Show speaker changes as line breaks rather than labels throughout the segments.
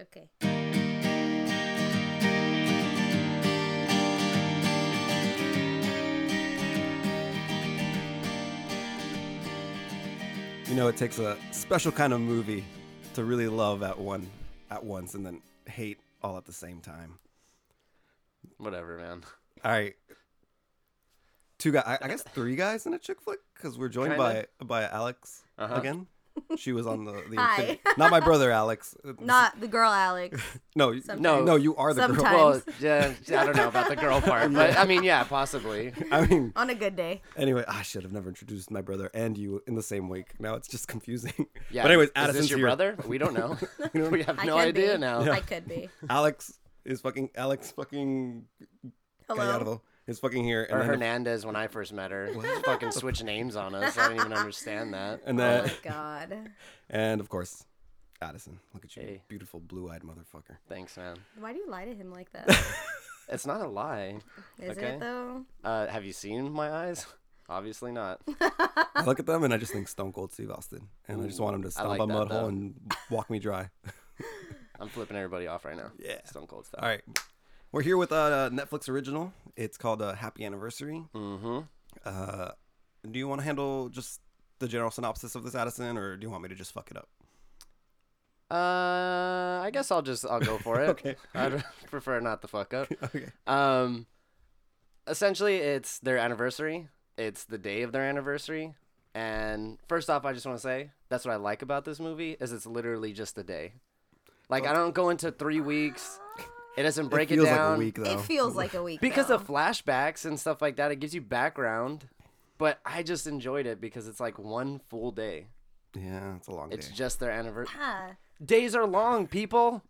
Okay.
You know, it takes a special kind of movie to really love at one at once and then hate all at the same time.
Whatever, man.
All right. Two guys, I, I guess three guys in a chick flick because we're joined
Kinda.
by by Alex
Uh-huh.
again. She was on the, the
Hi.
Infinity- not my brother Alex.
Not the girl Alex.
no you-
Sometimes.
no you are the
Sometimes.
girl.
Well, yeah, I don't know about the girl part, but I mean, yeah, possibly.
I mean,
On a good day.
anyway, I should have never introduced my brother and you in the same week. Now it's just confusing.
Yeah.
but anyways,
is
Addison's
this your
here.
brother? We don't know. we have
I
no
could
idea
be.
now.
I could be.
Alex is fucking Alex fucking
Hello.
Gallardo is fucking here. And
Or
then,
Hernandez when I first met her. She fucking switched names on us. I don't even understand that.
and
Oh
then
my god.
And of course, Addison. Look at you,
Hey.
beautiful blue-eyed motherfucker.
Thanks, man.
Why do you lie to him like that? Is
It's not a lie. Okay.
it though?
Uh, have you seen my eyes? Obviously not.
I look at them and I just think Stone Cold Steve Austin, and I just want him to stomp
like
a
that,
mud
though.
hole and walk me dry.
I'm flipping everybody off right now.
Yeah.
Stone Cold stuff.
All right, we're here with a Netflix original. It's called uh, Happy Anniversary.
Mm-hmm.
Uh, do you want to handle just the general synopsis of this, Addison, or do you want me to just fuck it up?
Uh, I guess I'll just I'll go for it.
Okay.
I'd prefer not to fuck up.
Okay.
Um, essentially, it's their anniversary. It's the day of their anniversary. And first off, I just want to say that's what I like about this movie is it's literally just a day. Like I don't go into three weeks. It doesn't break
it
it,
feels
down
like a week though.
It feels like a week.
because
though.
of flashbacks and stuff like that. It gives you background, but I just enjoyed it because it's like one full day.
yeah, it's a long
It's
day.
just their anniversary.
Yeah.
Days are long, people.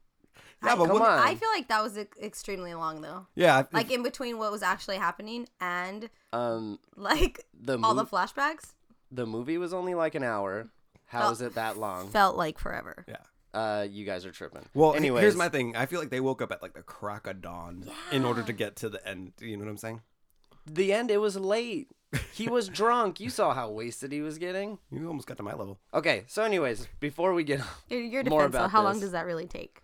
Yeah, but
come
what-
on.
I feel like that was ex- extremely long though.
yeah, I-
Like in between what was actually happening and
um,
like
the
all
mo-
the flashbacks
the movie was only like an hour. How
Oh.
is it that long?
felt like forever.
yeah.
Uh, you guys are tripping.
Well, anyway,
anyways,
here's my thing. I feel like they woke up at like the crack of dawn in order to get to the end. You know what I'm saying?
the end. It was late. He was drunk. You saw how wasted he was getting.
You almost got to my level.
Okay, so anyways, before we get
Your, your
More
defense though,
about
how long
this.
does that really take?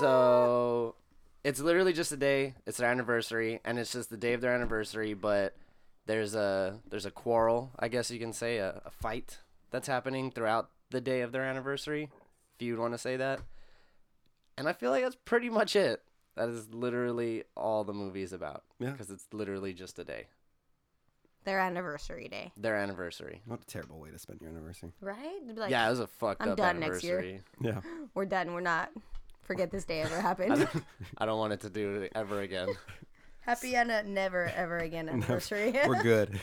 So it's literally just a day. It's their anniversary, and it's just the day of their anniversary. But there's a there's a quarrel, I guess you can say, a, a fight that's happening throughout the day of their anniversary, if you'd want to say that. And I feel like that's pretty much it. That is literally all the movie is about.
Yeah.
Because it's literally just a day,
Their anniversary day,
their anniversary.
What a terrible way to spend your anniversary.
right? They'd be like,
yeah, it was a fucked
I'm
up
done next year.
anniversary.
Yeah.
we're done. We're not. Forget this day ever happened.
I don't want it to do it ever again.
Happy Anna never ever again anniversary.
We're good.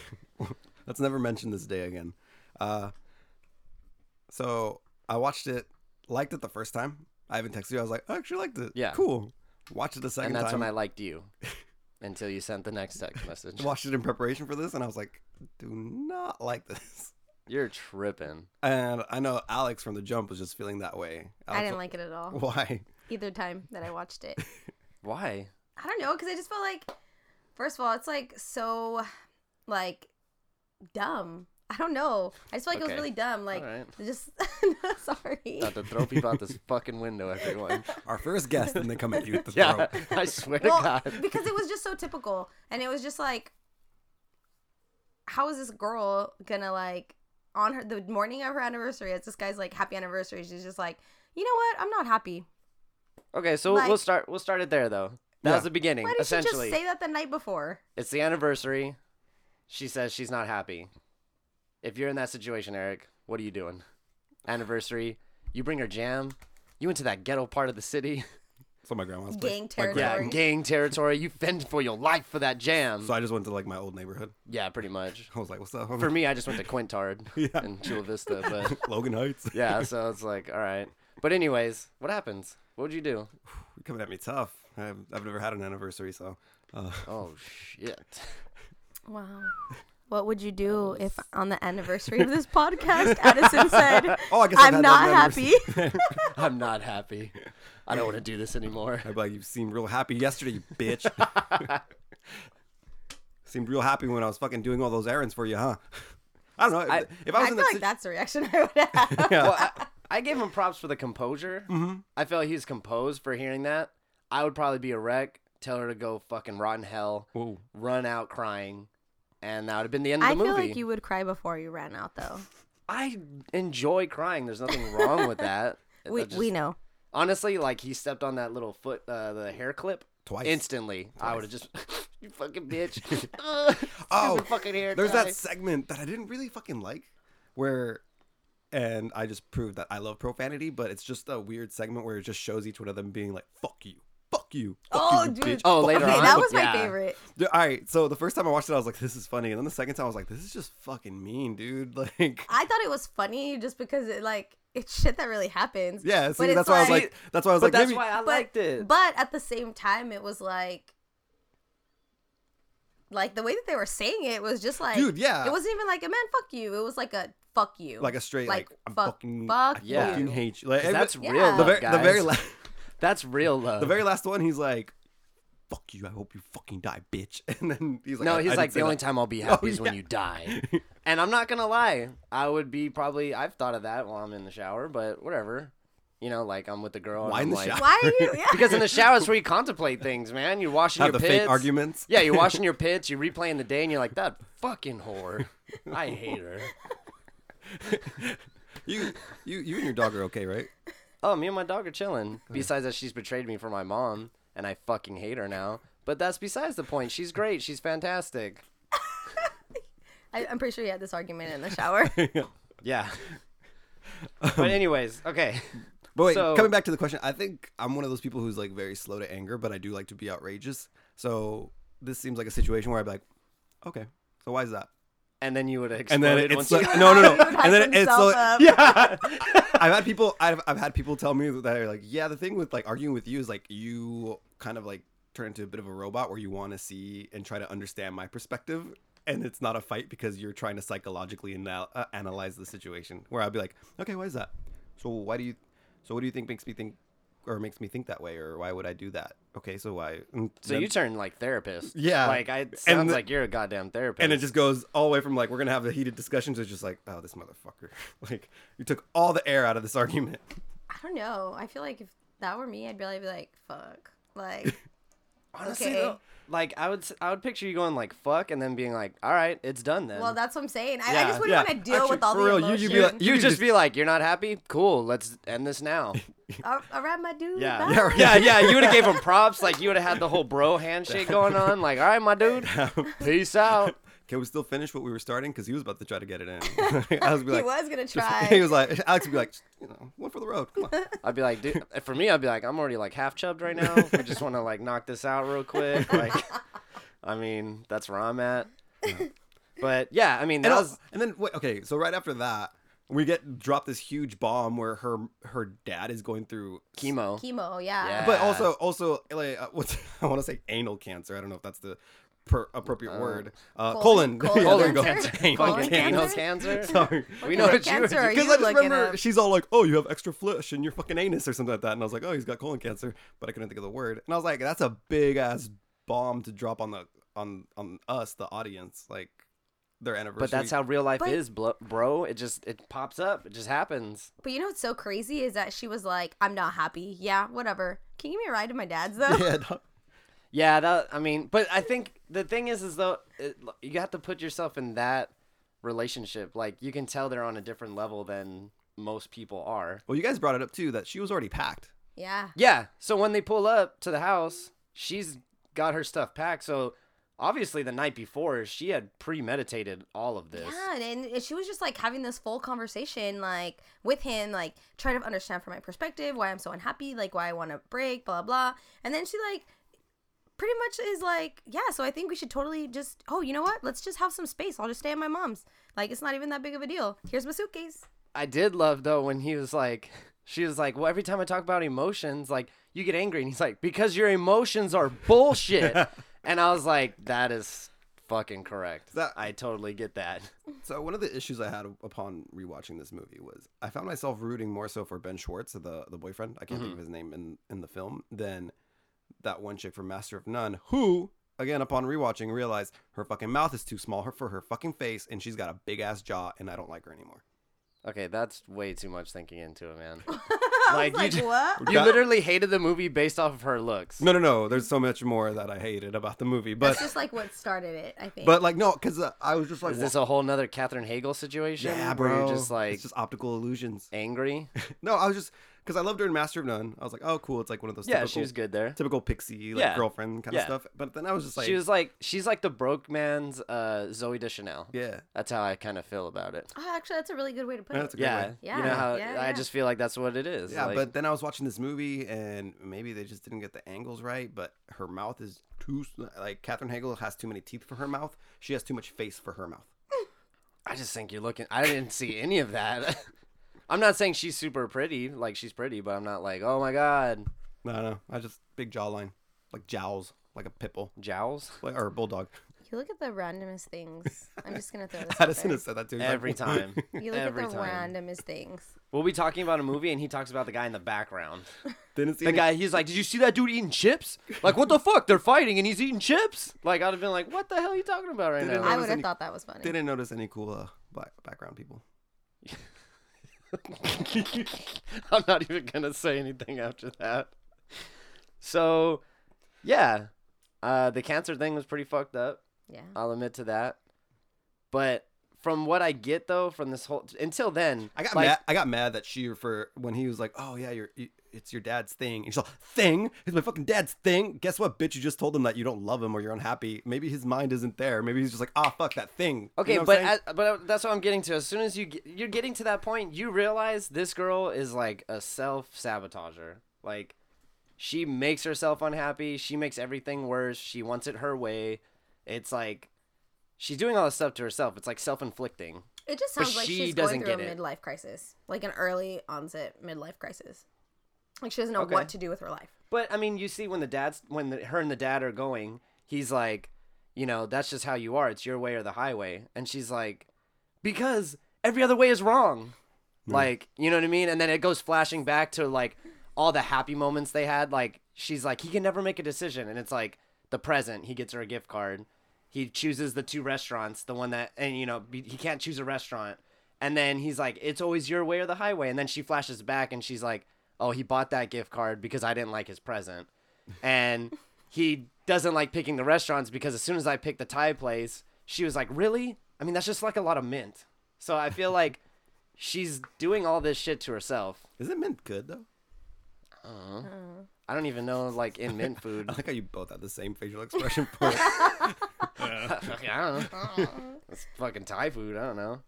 Let's never mention this day again. Uh, so I watched it, liked it the first time. I even texted you. I was like, I actually liked it.
Yeah.
Cool. Watched it the second
and that's
time.
when I liked you. Until you sent the next text message.
watched it in preparation for this, and I was like, do not like this.
You're tripping.
And I know Alex from the jump was just feeling that way.
I didn't like it at all
Why?
either time that I watched it.
Why?
I don't know because I just felt like, first of all, it's like so, like, dumb. I don't know. I just feel like it
Okay.
was really dumb. Like,
right.
just sorry.
Not to throw people out this fucking window, everyone.
Our first guest, and they come at you with the
Yeah,
throat.
I swear
well,
to God.
because it was just so typical, and it was just like, how is this girl gonna like on her the morning of her anniversary? As this guy's like, happy anniversary. She's just like, you know what? I'm not happy.
Okay, so
like-
we'll start. We'll start it there, though. That
Yeah.
was the beginning.
Why did she just
essentially,
say that the night before?
it's the anniversary. She says she's not happy. If you're in that situation, Eric, what are you doing? Anniversary. You bring her jam. You went to that ghetto part of the city.
So my grandma's place.
Gang
My
territory.
Yeah,
Sorry.
gang territory. You fend for your life for that jam.
So I just went to like my old neighborhood.
yeah, pretty much.
I was like, what's up?
For me, I just went to Quintard
Yeah.
and Chula Vista, but
Logan Heights.
yeah, so it's like, all right. But anyways, what happens? What would you do?
You're coming at me tough. I've, I've never had an anniversary, so uh,
Oh shit.
Wow. What would you do if on the anniversary of this podcast, Addison said,
Oh, I guess I've
I'm
had
not
that
happy?
anniversary.
I'm not happy. I don't want to do this anymore.
I'd be like, you seemed real happy yesterday, you bitch. seemed real happy when I was fucking doing all those errands for you, huh? I don't know. If,
I-
if I
I
was
feel
in
like
that
that's the reaction I would have.
situation,
Well, I, I gave him props for the composure.
Mhm.
I felt he's composed for hearing that. I would probably be a wreck, tell her to go fucking rotten hell,
Whoa.
run out crying, and that would have been the end of
I
the
feel
movie.
like you would cry before you ran out, though.
I enjoy crying. There's nothing wrong with that.
We
I just-
we know.
Honestly, like he stepped on that little foot, uh, the hair clip.
Twice.
Instantly, I would have just, you fucking bitch. Ugh,
Oh,
stupid fucking hair.
There's
tie.
that segment that I didn't really fucking like where and I just proved that I love profanity, but it's just a weird segment where it just shows each one of them being like, fuck you. Fuck you. Fuck
Oh,
you,
dude.
bitch,
Oh,
fuck
later
you."
Okay,
on?
that was my
Yeah.
favorite.
Dude, all right. So the first time I watched it, I was like, this is funny. And then the second time, I was like, this is just fucking mean, dude. Like,
I thought it was funny just because it like it's shit that really happens.
yeah. See,
it's
that's why I was like, that's why I was
But
like,
that's
maybe.
why I
but,
liked it.
But at the same time, it was like, like the way that they were saying it was just like,
Dude, yeah.
it wasn't even like a man, fuck you. It was like a fuck you,
like a straight, like, I'm
fuck,
fucking,
fuck
I
Yeah.
fucking
you.
hate you. Like,
'Cause that's
yeah.
real love,
the very,
guys.
the very last,
that's real love.
the very last one. He's like, fuck you. I hope you fucking die, bitch. And then he's like,
no,
I- I
he's
didn't
like the
say
only
that." Oh,
time I'll be happy is when
yeah.
you die. and I'm not gonna lie, I would be probably I've thought of that while I'm in the shower, but whatever. You know, like I'm with the girl. and
Why in
I'm
the
like,
shower?
Why are you? Yeah.
Because in the shower is where you contemplate things, man. You're washing
Have
your
the
pits.
fake arguments.
Yeah, you're washing your pits. You're replaying the day, and you're like, that fucking whore. I hate her.
you, you, you and your dog are okay, right?
Oh, me and my dog are chilling. Besides that, she's betrayed me for my mom, and I fucking hate her now. But that's besides the point. She's great. She's fantastic.
I, I'm pretty sure you had this argument in the shower.
Yeah. but anyways, okay.
But wait,
So-
coming back to the question, I think I'm one of those people who's like very slow to anger, but I do like to be outrageous. So this seems like a situation where I'd be like, okay, so why is that?
And then you would explode.
And then
once
it's
you-
like, no, no, no.
He would hype
And then it's
himself
like,
up.
yeah. I've had people, I've, I've had people tell me that are like, yeah, the thing with like arguing with you is like you kind of like turn into a bit of a robot where you want to see and try to understand my perspective. And it's not a fight because you're trying to psychologically anal- uh, analyze the situation. Where I'd be like, okay, why is that? So why do you, so what do you think makes me think, or makes me think that way, or why would I do that? Okay, so why? And
So
then-
you turn like therapist.
Yeah.
Like I it
And
sounds
the-
like you're a goddamn therapist.
and it just goes all the way from like we're gonna have a heated discussion to just like oh this motherfucker like you took all the air out of this argument
I don't know. I feel like if that were me, I'd really be like, fuck. Like,
honestly
okay.
though, like I would s- I would picture you going like fuck and then being like, all right, it's done then.
well, that's what I'm saying. I, I
Yeah,
just wouldn't
yeah.
want to deal
Actually,
with all
for
the
real, you-
emotion.
you'd
you
be like-
you
you
just
just-
be like, you're not happy? Cool, let's end this now.
all, all right, my dude.
Yeah.
bye.
Yeah, right.
yeah, yeah. You would have gave him props, like you would have had the whole bro handshake going on, like, all right, my dude, peace out.
can we still finish what we were starting because he was about to try to get it in I was be
He
like
was gonna
just-
try.
he was like Alex would be like you know one for the road come on
I'd be like, dude, for me, I'd be like, I'm already like half chubbed right now. We just want to like knock this out real quick. Like, I mean, that's where I'm at. But yeah, I mean, that
and,
was
was, and then wait, okay so right after that we get dropped this huge bomb where her her dad is going through
chemo.
Chemo. Yeah.
Yeah.
but also also like uh, what's I want to say anal cancer I don't know if that's the per- appropriate
Uh,
word uh,
colon-
colon yeah, there you
colon
go.
cancer?
Anal
Colon
Fucking anal
cancer.
cancer.
Sorry.
We
What
know
kind
what
of cancer are
you.
you-
Because I just
looking
remember
up?
she's all like, "Oh, you have extra flesh in your fucking anus or something like that," and I was like, "Oh, he's got colon cancer," but I couldn't think of the word. And I was like, "That's a big ass bomb to drop on the on on us, the audience, like their anniversary."
But that's how real life
But-
is, blo- bro. It just it pops up. It just happens.
But you know what's so crazy is that she was like, "I'm not happy. Yeah, whatever. Can you give me a ride to my dad's though?"
Yeah, no-
Yeah, that I mean, but I think the thing is, is though it, you have to put yourself in that relationship. Like you can tell they're on a different level than most people are.
Well, you guys brought it up too that she was already packed.
Yeah.
Yeah. So when they pull up to the house, she's got her stuff packed. So obviously, the night before, she had premeditated all of this.
Yeah, and and she was just like having this full conversation, like with him, like trying to understand from my perspective why I'm so unhappy, like why I want to break, blah blah. And then she like, pretty much is like, yeah. So I think we should totally just, oh, you know what? Let's just have some space. I'll just stay at my mom's. Like it's not even that big of a deal. Here's my suitcase.
I did love though when he was like, she was like, well, every time I talk about emotions, like you get angry, and he's like, because your emotions are bullshit. and I was like, that is fucking correct.
That-
I totally get that.
So one of the issues I had upon rewatching this movie was I found myself rooting more so for Ben Schwartz, the the boyfriend. I can't
Mm-hmm.
think of his name in in the film than that one chick from Master of None, who again upon rewatching realized her fucking mouth is too small her- for her fucking face, and she's got a big ass jaw, and I don't like her anymore.
Okay, that's way too much thinking into it, man.
I
Like, you
was like,
ju-
what?
You literally hated the movie based off of her looks.
No, no, no. There's so much more that I hated about the movie, but
That's just like what started it, I think.
but like no, because uh, I was just like,
Is this a whole nother Catherine Hagel situation?
yeah,
Where
bro.
you're just like
it's just optical illusions.
angry?
No, I was just because I loved her in Master of None. I was like, oh, cool. It's like one of those
Yeah,
typical,
she was good there.
typical pixie like
Yeah.
girlfriend kind
Yeah.
of stuff. But then I was just like,
she was like she's like the broke man's uh, Zoe Deschanel.
yeah,
That's how I kind of feel about it.
oh, actually, that's a really good way to put
that's
it.
a good
Yeah,
way.
You know
Yeah,
how
yeah,
I
yeah.
just feel like that's what it is.
Yeah,
like-
but then I was watching this movie and maybe they just didn't get the angles right. But her mouth is too like Katherine Hagel has too many teeth for her mouth. She has too much face for her mouth.
I just think you're looking. I didn't see any of that. I'm not saying she's super pretty, like she's pretty, but I'm not like, oh my god,
No, no, I just big jawline, like jowls, like a pitbull,
jowls.
like, or a bulldog.
You look at the randomest things. I'm just gonna throw this. out
Addison
there.
has said that too. He's like,
Every time.
You look
every
at the
time.
randomest things.
We'll be talking about a movie, and he talks about the guy in the background.
Didn't see
The
any-
guy, he's like, "Did you see that dude eating chips? Like, what the fuck? They're fighting, and he's eating chips." Like, I'd have been like, "What the hell are you talking about right
Didn't
now?"
There
I
was
would have
any-
thought that was funny.
Didn't notice any cool uh, black background people.
I'm not even gonna say anything after that. So, yeah, uh, the cancer thing was pretty fucked up.
Yeah.
I'll admit to that. But from what I get though, from this whole until then,
I got
like,
mad. I got mad that she for when he was like, "Oh yeah, your you, it's your dad's thing." And she's like, "Thing? It's my fucking dad's thing." Guess what, bitch? You just told him that you don't love him or you're unhappy. Maybe his mind isn't there. Maybe he's just like, "Ah, fuck that thing." You
Okay,
know what
but
I'm saying?
I, but uh, that's what I'm getting to. As soon as you get, you're getting to that point, you realize this girl is like a self sabotager. Like, she makes herself unhappy. She makes everything worse. She wants it her way. It's like she's doing all this stuff to herself. It's like self inflicting.
It just
But
sounds like
she
she's
doesn't
going through a
get it.
midlife crisis, like an early onset midlife crisis. Like she doesn't know
Okay.
what to do with her life.
But I mean, you see when the dad's when the, her and the dad are going, he's like, you know, that's just how you are. It's your way or the highway. And she's like, because every other way is wrong. Like, you know what I mean? And then it goes flashing back to like all the happy moments they had. Like she's like, he can never make a decision, and it's like the present. He gets her a gift card. He chooses the two restaurants, the one that, and you know, be- he can't choose a restaurant. And then he's like, it's always your way or the highway. And then she flashes back and she's like, oh, he bought that gift card because I didn't like his present. And he doesn't like picking the restaurants because as soon as I picked the Thai place, she was like, really? I mean, that's just like a lot of mint. So I feel like she's doing all this shit to herself.
is it mint good though?
I don't even know, like, in mint food.
I like how you both had the same facial expression. For it.
Fucking- I don't know. it's fucking Thai food. I don't know.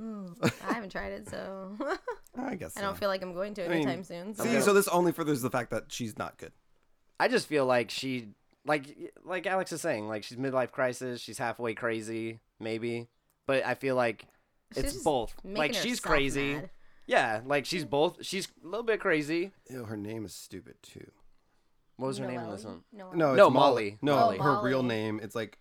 I haven't tried it, so
I guess.
I don't
so.
feel like I'm going to
I mean,
anytime soon. So.
See, so this only furthers the fact that she's not good.
I just feel like she, like, like Alex is saying, like she's midlife crisis. She's halfway crazy, maybe. But I feel like
She's
it's
just
both.
making
Like she's
herself
crazy.
mad.
Yeah, like she's both. She's a little bit crazy.
Ew, her name is stupid too.
What was her name in
Noelle?
this one?
Noelle.
No, it's Mo-
No, Molly.
No,
Molly.
her
Oh, Molly.
real name. It's like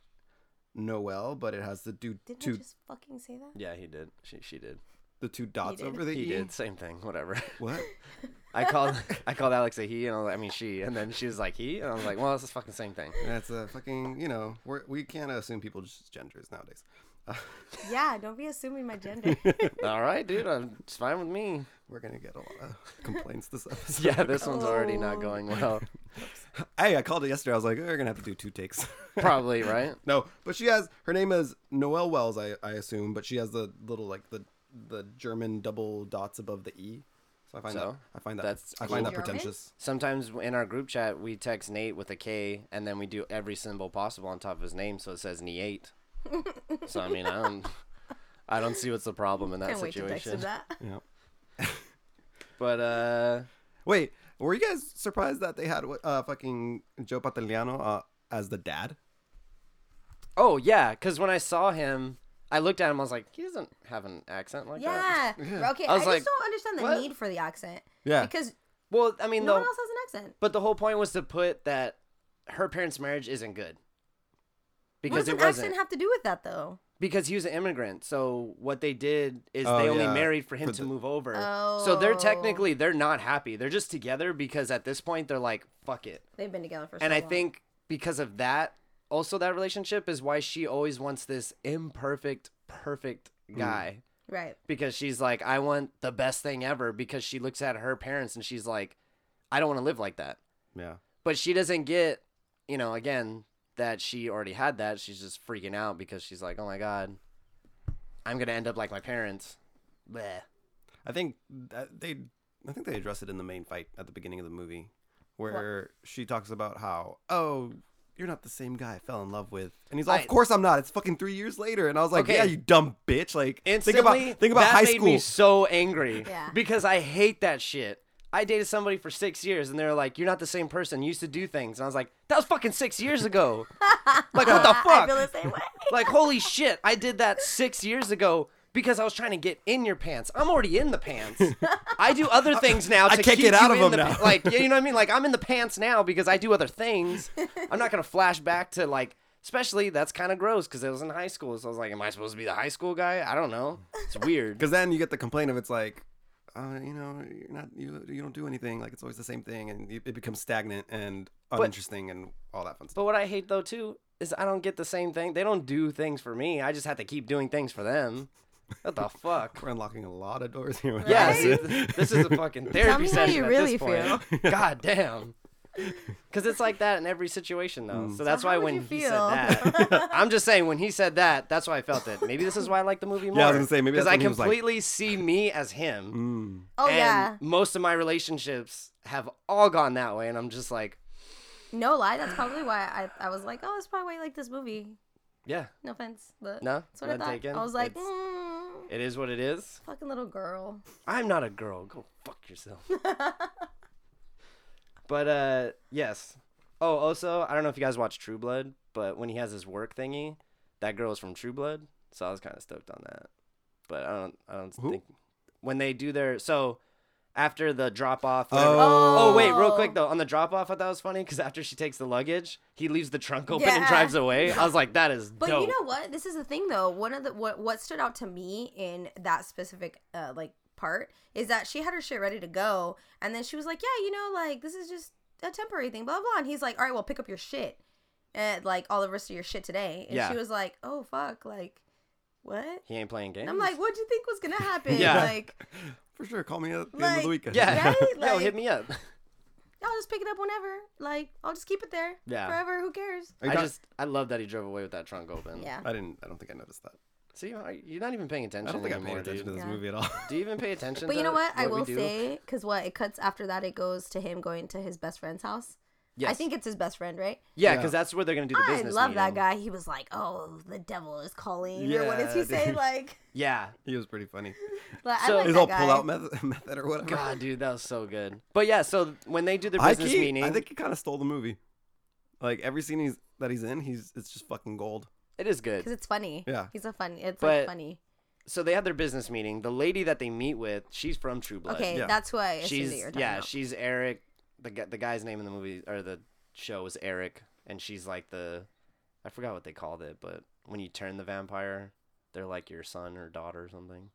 Noelle, but it has the two,
Didn't I
two
just fucking say that?
Yeah, he did. She she did.
the two dots
did.
over the
He
e.
did. Same thing. Whatever.
What?
I called I called Alex a he, and I, was, I mean she, and then she was like he, and I was like, well, it's the fucking same thing.
That's a fucking, you know, we're, we can't assume people's genders nowadays. Uh,
Yeah, don't be assuming my gender.
All right, dude, I'm, it's fine with me.
we're going to get a lot of complaints this episode.
Yeah, this one's already not
Oh.
going well.
Hey, I called it yesterday. I was like, "Oh, we're going to have to do two takes.
Probably right.
no, but she has, her name is Noelle Wells, I, I assume, but she has the little, like, the the German double dots above the E. So I find
So,
that, I find that,
that's
I find that
German?
pretentious.
Sometimes in our group chat, we text Nate with a K, and then we do every symbol possible on top of his name, so it says Neate. so I mean, I don't, I don't see what's the problem in that
Can't wait to text him
situation.
that.
Yeah.
But uh,
Wait, were you guys surprised that they had what, uh, fucking Joe Pantoliano uh, as the dad?
oh yeah, because when I saw him, I looked at him, I was like, he doesn't have an accent like that.
Yeah. Okay,
I
I,
was
just
like,
don't understand the
what?
need for the accent.
Yeah.
Because
Well, I mean,
no
though,
one else has an accent.
but the whole point was to put that her parents' marriage isn't good.
What
Because
does
it
an
wasn't.
accent have to do with that though?
because he was an immigrant. So what they did is
Oh,
they only
yeah.
married for him
For
to
the-
move over. So they're
Oh.
technically they're not happy. They're just together because at this point they're like fuck it.
They've been together for so
And I
long.
think because of that,
Mm.
also that relationship is why she always wants this imperfect, perfect guy.
Right.
because she's like, I want the best thing ever because she looks at her parents and she's like, I don't want to live like that.
Yeah.
But she doesn't get, you know, again, that she already had that. She's just freaking out because she's like, oh my God, I'm going to end up like my parents. Bleh.
I think that they I think they address it in the main fight at the beginning of the movie where she talks about how oh you're not the same guy I fell in love with and he's like
I-
of course I'm not it's fucking 3 years later and I was like
Okay.
yeah you dumb bitch like
Instantly,
think about think about
that
high
made
school
me so angry
Yeah.
because I hate that shit. I dated somebody for six years, and they were like, "You're not the same person. You used to do things," and I was like, "That was fucking six years ago. like, what the
I- I
fuck?
feel the same way.
Like, holy shit, I did that six years ago because I was trying to get in your pants. I'm already in the pants. I do other things now. To
I can't
keep
get out
you
of
in
them
the-
now.
Like, you know what I mean? Like, I'm in the pants now because I do other things. I'm not gonna flash back to like. Especially that's kind of gross because it was in high school. So I was like, "Am I supposed to be the high school guy? I don't know. It's weird."
Because then you get the complaint of it's like, uh, you know, you're not you you don't do anything. Like it's always the same thing, and it, it becomes stagnant and uninteresting and all that fun stuff.
But what I hate though too is I don't get the same thing. They don't do things for me. I just have to keep doing things for them. What the fuck?
We're unlocking a lot of doors here. with
Yeah,
Right?
this.
see, th- this is a fucking therapy
me how
session
you
at
really
this point. God damn. Because it's like that in every situation though.
Mm.
So that's
how
why
would
when
you
he
feel?
said that, I'm just saying when he said that, that's why I felt it. Maybe this is why I like the movie more.
Yeah, I was gonna say, maybe
because
that's
I
when he was like-
completely see me as him.
Mm.
Oh
and
yeah.
most of my relationships have all gone that way, and I'm just like,
No lie, that's probably why I, I was like, oh, that's probably why you like this movie.
yeah,
No offense, but
No,
that's what I
none
thought.
taken.
I was like,
It's-
mm,
it is what it is.
fucking little girl.
I'm not a girl. Go fuck yourself. but uh yes. Oh, also, I don't know if you guys watch True Blood, but when he has his work thingy, that girl is from True Blood, so I was kind of stoked on that. But I don't I don't
Who?
think when they do their so after the drop off
Oh.
oh wait, real quick though, on the drop off I thought it was funny cuz after she takes the luggage, he leaves the trunk open and
Yeah.
drives away. I was like that is
But you
dope.
know what? This is the thing though. One of the what what stood out to me in that specific uh, like part is that she had her shit ready to go, and then she was like, "Yeah, you know, like this is just a temporary thing, blah blah." And he's like, "All right, well, pick up your shit, and like all the rest of your shit today." And
Yeah.
she was like, "Oh fuck, like what?"
he ain't playing games.
And I'm like, "What'd you think was gonna happen?"
Yeah.
Like,
For sure, call me at the end of
Like,
the weekend.
yeah.
right?
Yo,
Like-
hit me up.
I'll just pick it up whenever. Like, I'll just keep it there
Yeah.
forever. Who cares?
Are you
I
talk-
just I love that he drove away with that trunk open.
Yeah.
I didn't. I don't think I noticed that.
See, I- you're not even paying attention.
I don't think I
anymore,
paid attention to
dude.
this
Yeah.
movie at all.
Do you even pay attention?
But
to
you know what? I
we
will
do?
say, because what it cuts after that, it goes to him going to his best friend's house.
Yes.
I think it's his best friend, right?
Yeah,
Yeah.
because that's where they're gonna do the
I
business.
love that
meeting.
guy. He was like, "Oh, the devil is calling," or what does
Yeah,
he say?
dude.
Like,
Yeah.
he was pretty funny.
like I
So-
like
His
that
whole
guy.
pull out method, method or whatever.
God, dude, that was so good. But yeah, so when they do their
I,
business
keep-
meeting,
I think he kind of stole the movie. Like every scene he's, that he's in, he's it's just fucking gold.
it is good.
because it's funny.
Yeah.
he's a funny. It's
But-
like funny.
So they have their business meeting. The lady that they meet with, she's from True Blood.
Okay,
yeah.
that's why I assumed
she's
that you were talking
yeah,
about.
she's Eric. The gu- the guy's name in the movie or the show is Eric, and she's like the, I forgot what they called it, but when you turn the vampire, they're like your son or daughter or something.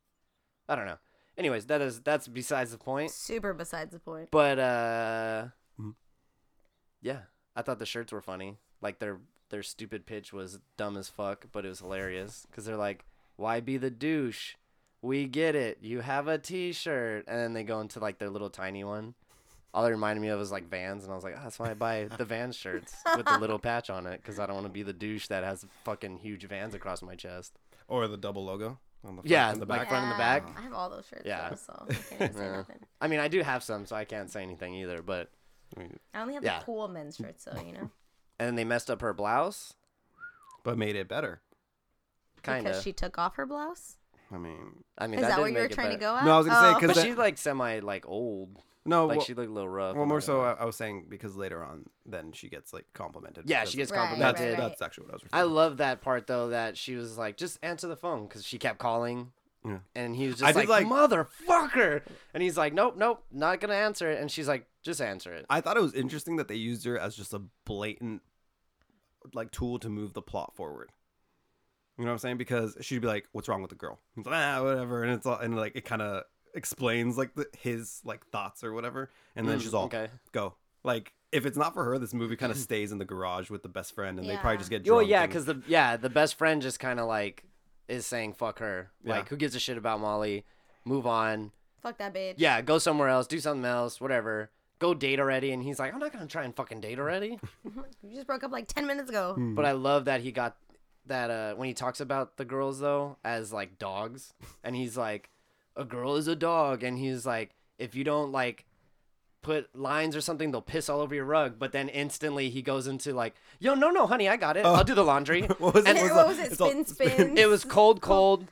I don't know. Anyways, that is that's besides the point.
Super besides the point.
But uh,
Mhm.
yeah, I thought the shirts were funny. Like their their stupid pitch was dumb as fuck, but it was hilarious because they're like, "Why be the douche? We get it. You have a T-shirt," and then they go into like their little tiny one. All it reminded me of was like Vans, and I was like, oh, "That's why I buy the Vans shirts with the little patch on it because I don't want to be the douche that has fucking huge Vans across my chest."
Or the double logo on the front
Yeah,
and the
like
back.
front and the back.
I have all those shirts.
Yeah.
though, so I can't even say
Yeah.
nothing.
I mean, I do have some, so I can't say anything either. But
I mean,
I only have
Yeah.
the cool men's shirts, so you know,
and then they messed up her blouse,
but made it better.
kind
because
of.
she took off her blouse.
I mean,
I mean,
Is that
did
what you
make
were
it
trying to
better.
go at?
No, I was gonna say,
Oh.
'cause-
But
that-
she's like semi like old.
no,
Like
well,
she looked a little rough.
well,
and
more so,
whatever.
I, I was saying because later on, then she gets like complimented.
yeah,
because-
she gets
Right,
That's
complimented.
right.
that's actually what I was.
I
Referring.
love that part though that she was like, just answer the phone because she kept calling.
Yeah.
And he was
I
just like,
did like-
motherfucker. And he's like, nope, nope, not gonna answer it. And she's like, just answer it.
I thought it was interesting that they used her as just a blatant like tool to move the plot forward. You know what I'm saying? Because she'd be like, "What's wrong with the girl?" It's like, ah, whatever, and it's all, and like it kind of explains like the, his like thoughts or whatever, and then
Mm,
she's all,
okay.
"Go." Like if it's not for her, this movie kind of stays in the garage with the best friend, and they
Yeah.
probably just get
Well,
drunk.
yeah,
and-
because the yeah the best friend just kind of like is saying fuck her.
Yeah.
Like, who gives a shit about Molly? Move on.
Fuck that bitch.
Yeah, go somewhere else, do something else, whatever. Go date already. And he's like, I'm not gonna try and fucking date already.
You just broke up like 10 minutes ago.
But I love that he got that uh when he talks about the girls though as like dogs and he's like a girl is a dog and he's like if you don't like put lines or something they'll piss all over your rug but then instantly he goes into like yo no no honey I got it I'll do the laundry
What was it?
And
What was
what
that?
was it?
It's all-
Spin, spin.
it was cold cold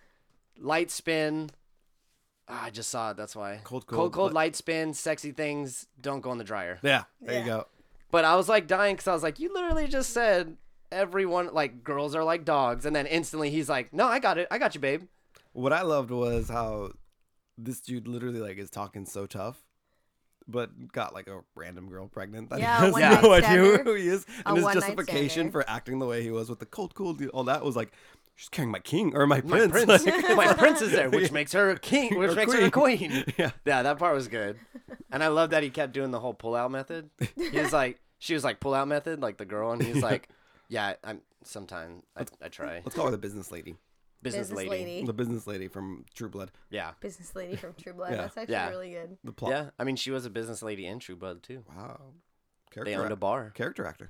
light spin Ah, I just saw it that's why
Cold,
cold
cold,
cold
but-
light spin sexy things don't go in the dryer
Yeah, there
Yeah.
you go.
but I was like dying because I was like, you literally just said everyone like girls are like dogs, and then instantly he's like, no, I got it, I got you, babe.
What I loved was how this dude literally like is talking so tough, but got like a random girl pregnant that
Yeah, a
he
one-night
has no idea
stander.
who he is,
A
and his
one-night
justification
stander.
for acting the way he was with the cold, cool, dude, all that was like, she's carrying my king or my
My
prince.
prince,
like-
my prince is there, which makes her a king, which
Or
makes her a queen.
yeah,
Yeah, that part was good, and I love that he kept doing the whole pull out method. He was like, she was like pull out method, like the girl, and he's like, yeah, I'm sometimes I, I try
let's call her the business lady,
business, lady.
the business lady from True Blood.
Yeah,
Business lady from True Blood.
Yeah.
That's actually
Yeah.
really good.
The plot.
yeah. I mean, she was a business lady in True Blood too.
Wow.
They
Character,
owned a bar.
character actor.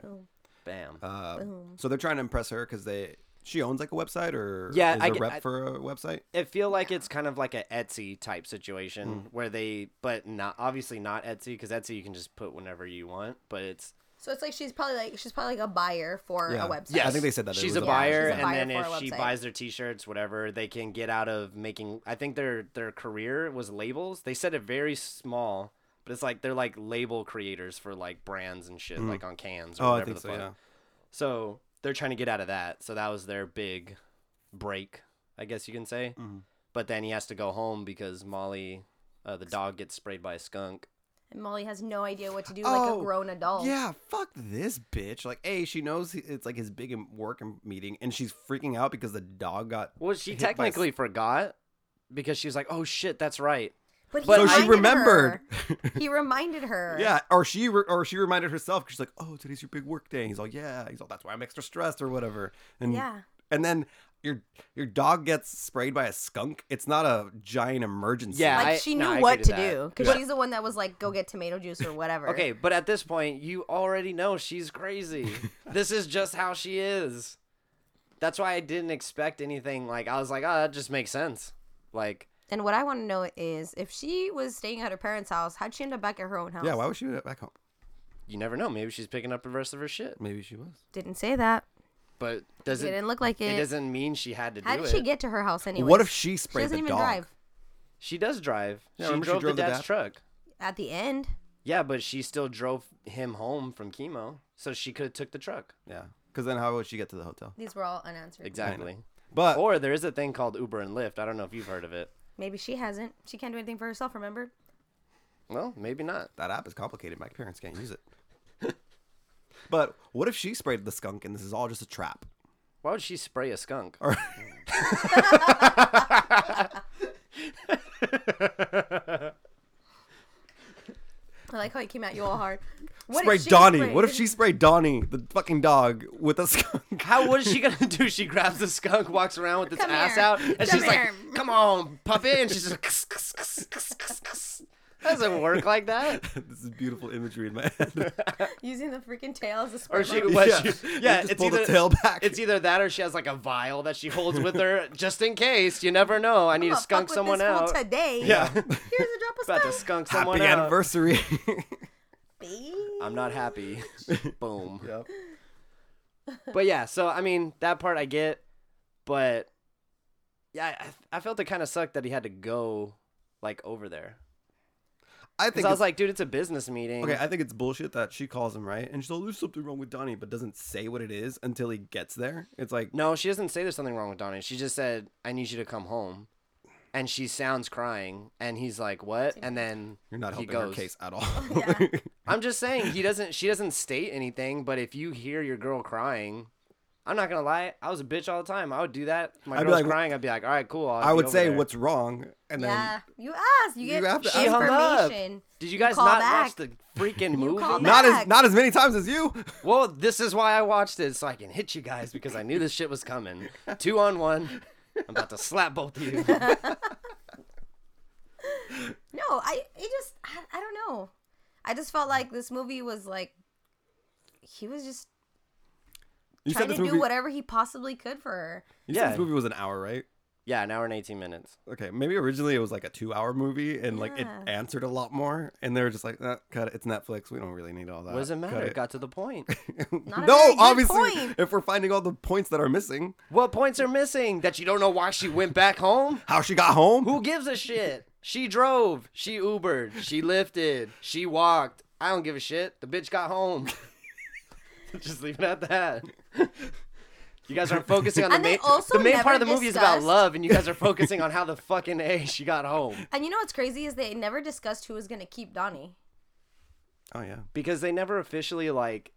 Boom.
Bam.
Uh, so they're trying to impress her because they she owns like a website or
Yeah,
is
I
a
get-
rep
I-
for a website.
I feel like it's kind of like a Etsy type situation
Hmm.
where they, but not obviously not Etsy because Etsy you can just put whenever you want. But it's
So it's like she's probably like she's probably like a buyer for
Yeah.
a website.
Yeah, I think they said that it
she's
was
a
a
buyer,
buyer.
and
Yeah, she's a
then
buyer for
if
a
she
website.
buys their T-shirts, whatever, they can get out of making. I think their their career was labels. They said it very small, but it's like they're like label creators for like brands and shit, like on cans or
Oh, I
whatever
think
the
so.
fuck.
Yeah.
So they're trying to get out of that. So that was their big break, I guess you can say. But then he has to go home because Molly, uh, the dog, gets sprayed by a skunk.
And Molly has no idea what to do like
Oh,
a grown adult.
Yeah, fuck this bitch. Like, a she knows he- it's like his big em- work em- meeting, and she's freaking out because the dog got.
Well, she
hit by s-
technically forgot because she was like, "Oh shit, that's right."
But, he
But
So she
reminded
remembered.
her. he reminded her.
yeah, or she re- or she reminded herself 'cause she's like, "Oh, today's your big work day." And he's like, "Yeah." He's like, "That's why I'm extra stressed or whatever." And
Yeah.
and then your your dog gets sprayed by a skunk. It's not a giant emergency.
Yeah,
Like
I-
she knew
no, I
what
agree
to
to
do
that.
because
Yeah.
she's the one that was like, "Go get tomato juice or whatever."
Okay, but at this point, you already know she's crazy. this is just how she is. That's why I didn't expect anything. Like I was like, "Oh, that just makes sense." Like
And what I want to know is if she was staying at her parents' house, how'd she end up back at her own house?
yeah. Why was she back home?
you never know. Maybe she's picking up the rest of her shit.
Maybe she was.
Didn't say that.
But does
It
it?
didn't look like
It
it.
doesn't mean she had to
How
do
did
it.
she get to her house anyway?
What if she
she
sprayed
doesn't
the
even
dog?
drive
She does drive.
Yeah,
she,
remember she
drove
drove
the
the
dad's
dad?
truck.
at the end?
Yeah, but she still drove him home from chemo, so she could have took the truck.
Yeah, because then how would she get to the hotel?
These were all unanswered.
Exactly.
But
Or there is a thing called Uber and Lyft. I don't know if you've heard of it.
Maybe she hasn't. She can't do anything for herself. Remember?
Well, maybe not.
that app is complicated. My parents can't use it. but what if she sprayed the skunk and this is all just a trap?
Why would she spray a skunk?
Or
I like how he came at you all hard. What
spray
if she
Donnie.
sprayed-
What if she sprayed Donnie, the fucking dog, with a skunk?
How what is she gonna do? She grabs the skunk, walks around with its
Come
ass
here.
out, and
Come
she's
here.
like, "Come on, puppy!" And she's like, "Kss, kss, kss, kss, kss, kss." "That doesn't work like that."
this is beautiful imagery in my head.
using the freaking tail as a spray
Or she,
bottle?
what,
Yeah.
she-
You
yeah,
just
it's
pull the
either
tail back.
It's either that or she has like a vial that she holds with her just in case. You never know. I need
I'ma
to
fuck
skunk
with
someone
this fool
out.
today.
yeah.
Here's a drop of
About to
skunk.
skunk someone uh,
Happy
out.
anniversary.
Bee.
I'm not happy. Boom.
Yep.
But yeah, so I mean that part I get, but yeah, I, I felt it kind of sucked that he had to go like over there.
I think
Because I was
it's-
like, dude, it's a business meeting.
okay. I think it's bullshit that she calls him right, and she's like, "There's something wrong with Donnie," but doesn't say what it is until he gets there. It's like,
No, she doesn't say there's something wrong with Donnie. She just said, I need you to come home. And she sounds crying. And he's like, What? And then
you're not
he
helping her
goes.
case at all.
Yeah.
I'm just saying he doesn't she doesn't state anything, but if you hear your girl crying, I'm not gonna lie, I was a bitch all the time. I would do that. If My
I'd be
girl's
like,
crying, I'd be like, All right, cool. I'll
I
be
would
over
say
there."
what's wrong, and then
Yeah, you asked. You
You
get
have to
she hung up.
information.
Did you
You
guys
call
not
back.
watch the freaking movie.
called
man.
Not as
Back.
not as many times as you.
Well, this is why I watched it, so I can hit you guys because I knew this shit was coming. Two on one. I'm about to slap both of you.
No, I it just I, I don't know. I just felt like this movie was like he was just
You
trying to
said this
do
movie.
whatever he possibly could for her.
You said
Yeah.
this movie was an hour, right?
Yeah, an hour and 18 minutes.
Okay, maybe originally it was like a two-hour movie, and like it
Yeah.
answered a lot more, and they were just like, "Nah, "Cut it, it's Netflix. We don't really need all that."
What does it
Cut
matter? It got to the point.
Not a very
no,
good
obviously,
point.
if we're finding all the points that are missing,
what points are missing? That you don't know why she went back home?
how she got home,
Who gives a shit? She drove, she Ubered, she lifted, she walked. I don't give a shit. The bitch got home. Just leave it at that. You guys aren't focusing on the
And they
main.
also
the main
never
part of the movie is about
discussed-
love, and you guys are focusing on how the fucking a she got home
And you know what's crazy is they never discussed who was gonna keep Donnie.
Oh yeah,
because they never officially like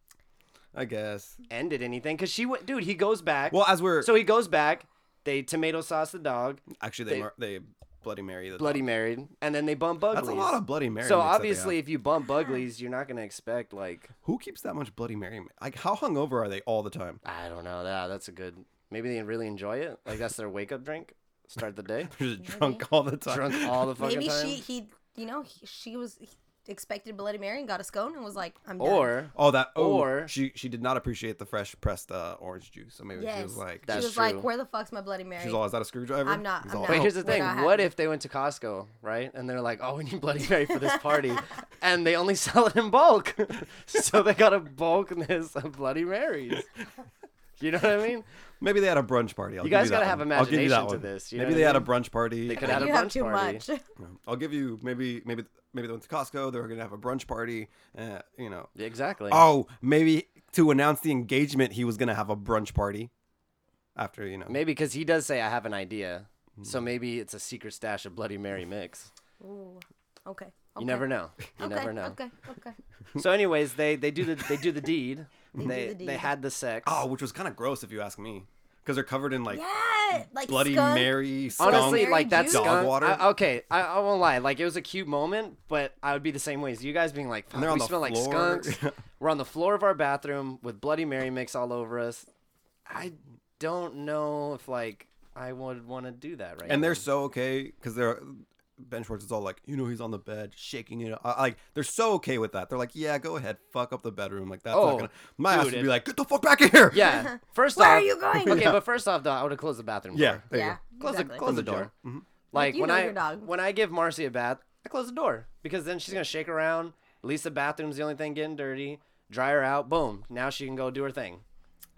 I guess.
ended anything. Because she went, dude. He goes back.
Well, as we're
so he goes back. They tomato sauce the dog,
actually they
they-
they, mar- they Bloody Mary. The
bloody married, and then they bump Buglies.
That's a lot of Bloody Mary.
So
mix that they
obviously,
have.
if you bump Buglies, you're not gonna expect like
who keeps that much Bloody Mary? mi- Like, how hungover are they all the time?
I don't know. That that's a good. Maybe they really enjoy it. Like that's their wake up drink. Start the day
They're just drunk all the time.
drunk all the fucking
Maybe
time.
she he you know he, she was he expected Bloody Mary and got a scone and was like I'm done.
or
Oh, that. Oh,
Or-
she she did not appreciate the fresh pressed uh, orange juice. So maybe she
yes,
was like,
she
That's
was like
true.
where the fuck's my Bloody Mary?
she's all, is that a screwdriver?
I'm not-
He's
I'm
all,
not.
wait,
"Oh."
here's the
We're
thing.
not
What
happy.
if they went to Costco, right? And they're like, "Oh, we need Bloody Mary for this party," and they only sell it in bulk, so they got a bulkness of Bloody Marys. You know what I mean?
"Oh, Maybe they had a brunch party. I'll
You
give
guys
that
gotta have
one. I'll give you
imagination
that
to
one.
this, you know
maybe
what
they
I
had a
mean?
brunch party.
They could
and-
had a
you have
brunch
too
party.
much.
I'll give you maybe maybe maybe they went to Costco. They were gonna have a brunch party. Uh, you know.
Exactly.
Oh, maybe to announce the engagement, he was gonna have a brunch party. After you know,
Maybe because he does say, "I have an idea," so maybe it's a secret stash of Bloody Mary mix.
Ooh. Okay.
You never know. You
Okay,
never know.
Okay. Okay.
So, anyways, they they do the they do the deed. they they,
the deed.
had the sex.
Oh, which was kind of gross if you ask me, because they're covered in like
Yeah, like
Bloody
skunk.
Mary. Skunk.
honestly,
Mary
like that
juice?
Dog
skunk.
water?
I, okay, I, I won't lie. Like it was a cute moment, but I would be the same way as you guys, being like, Fuck,
they're on
"We
the
smell like
floor.
skunks." We're on the floor of our bathroom with Bloody Mary mix all over us. I don't know if like I would want to do that right.
and
now.
they're so okay because they're Ben Schwartz is all like, you know, he's on the bed shaking it. I, like they're so okay with that. They're like, yeah, go ahead, fuck up the bedroom. Like that's
Oh,
not gonna. My ass
dude,
would
if-
be like, get the fuck back in here.
yeah. First
Where
off,
are you going?
Okay, but first off, though, I would have closed the bathroom.
yeah.
door.
There you
yeah.
go.
Close
exactly.
the close the door. Like,
Like, you
when
know
I
your dog.
when I give Marcy a bath, I close the door because then she's gonna shake around. At least the bathroom's the only thing getting dirty. Dry her out. Boom. Now she can go do her thing.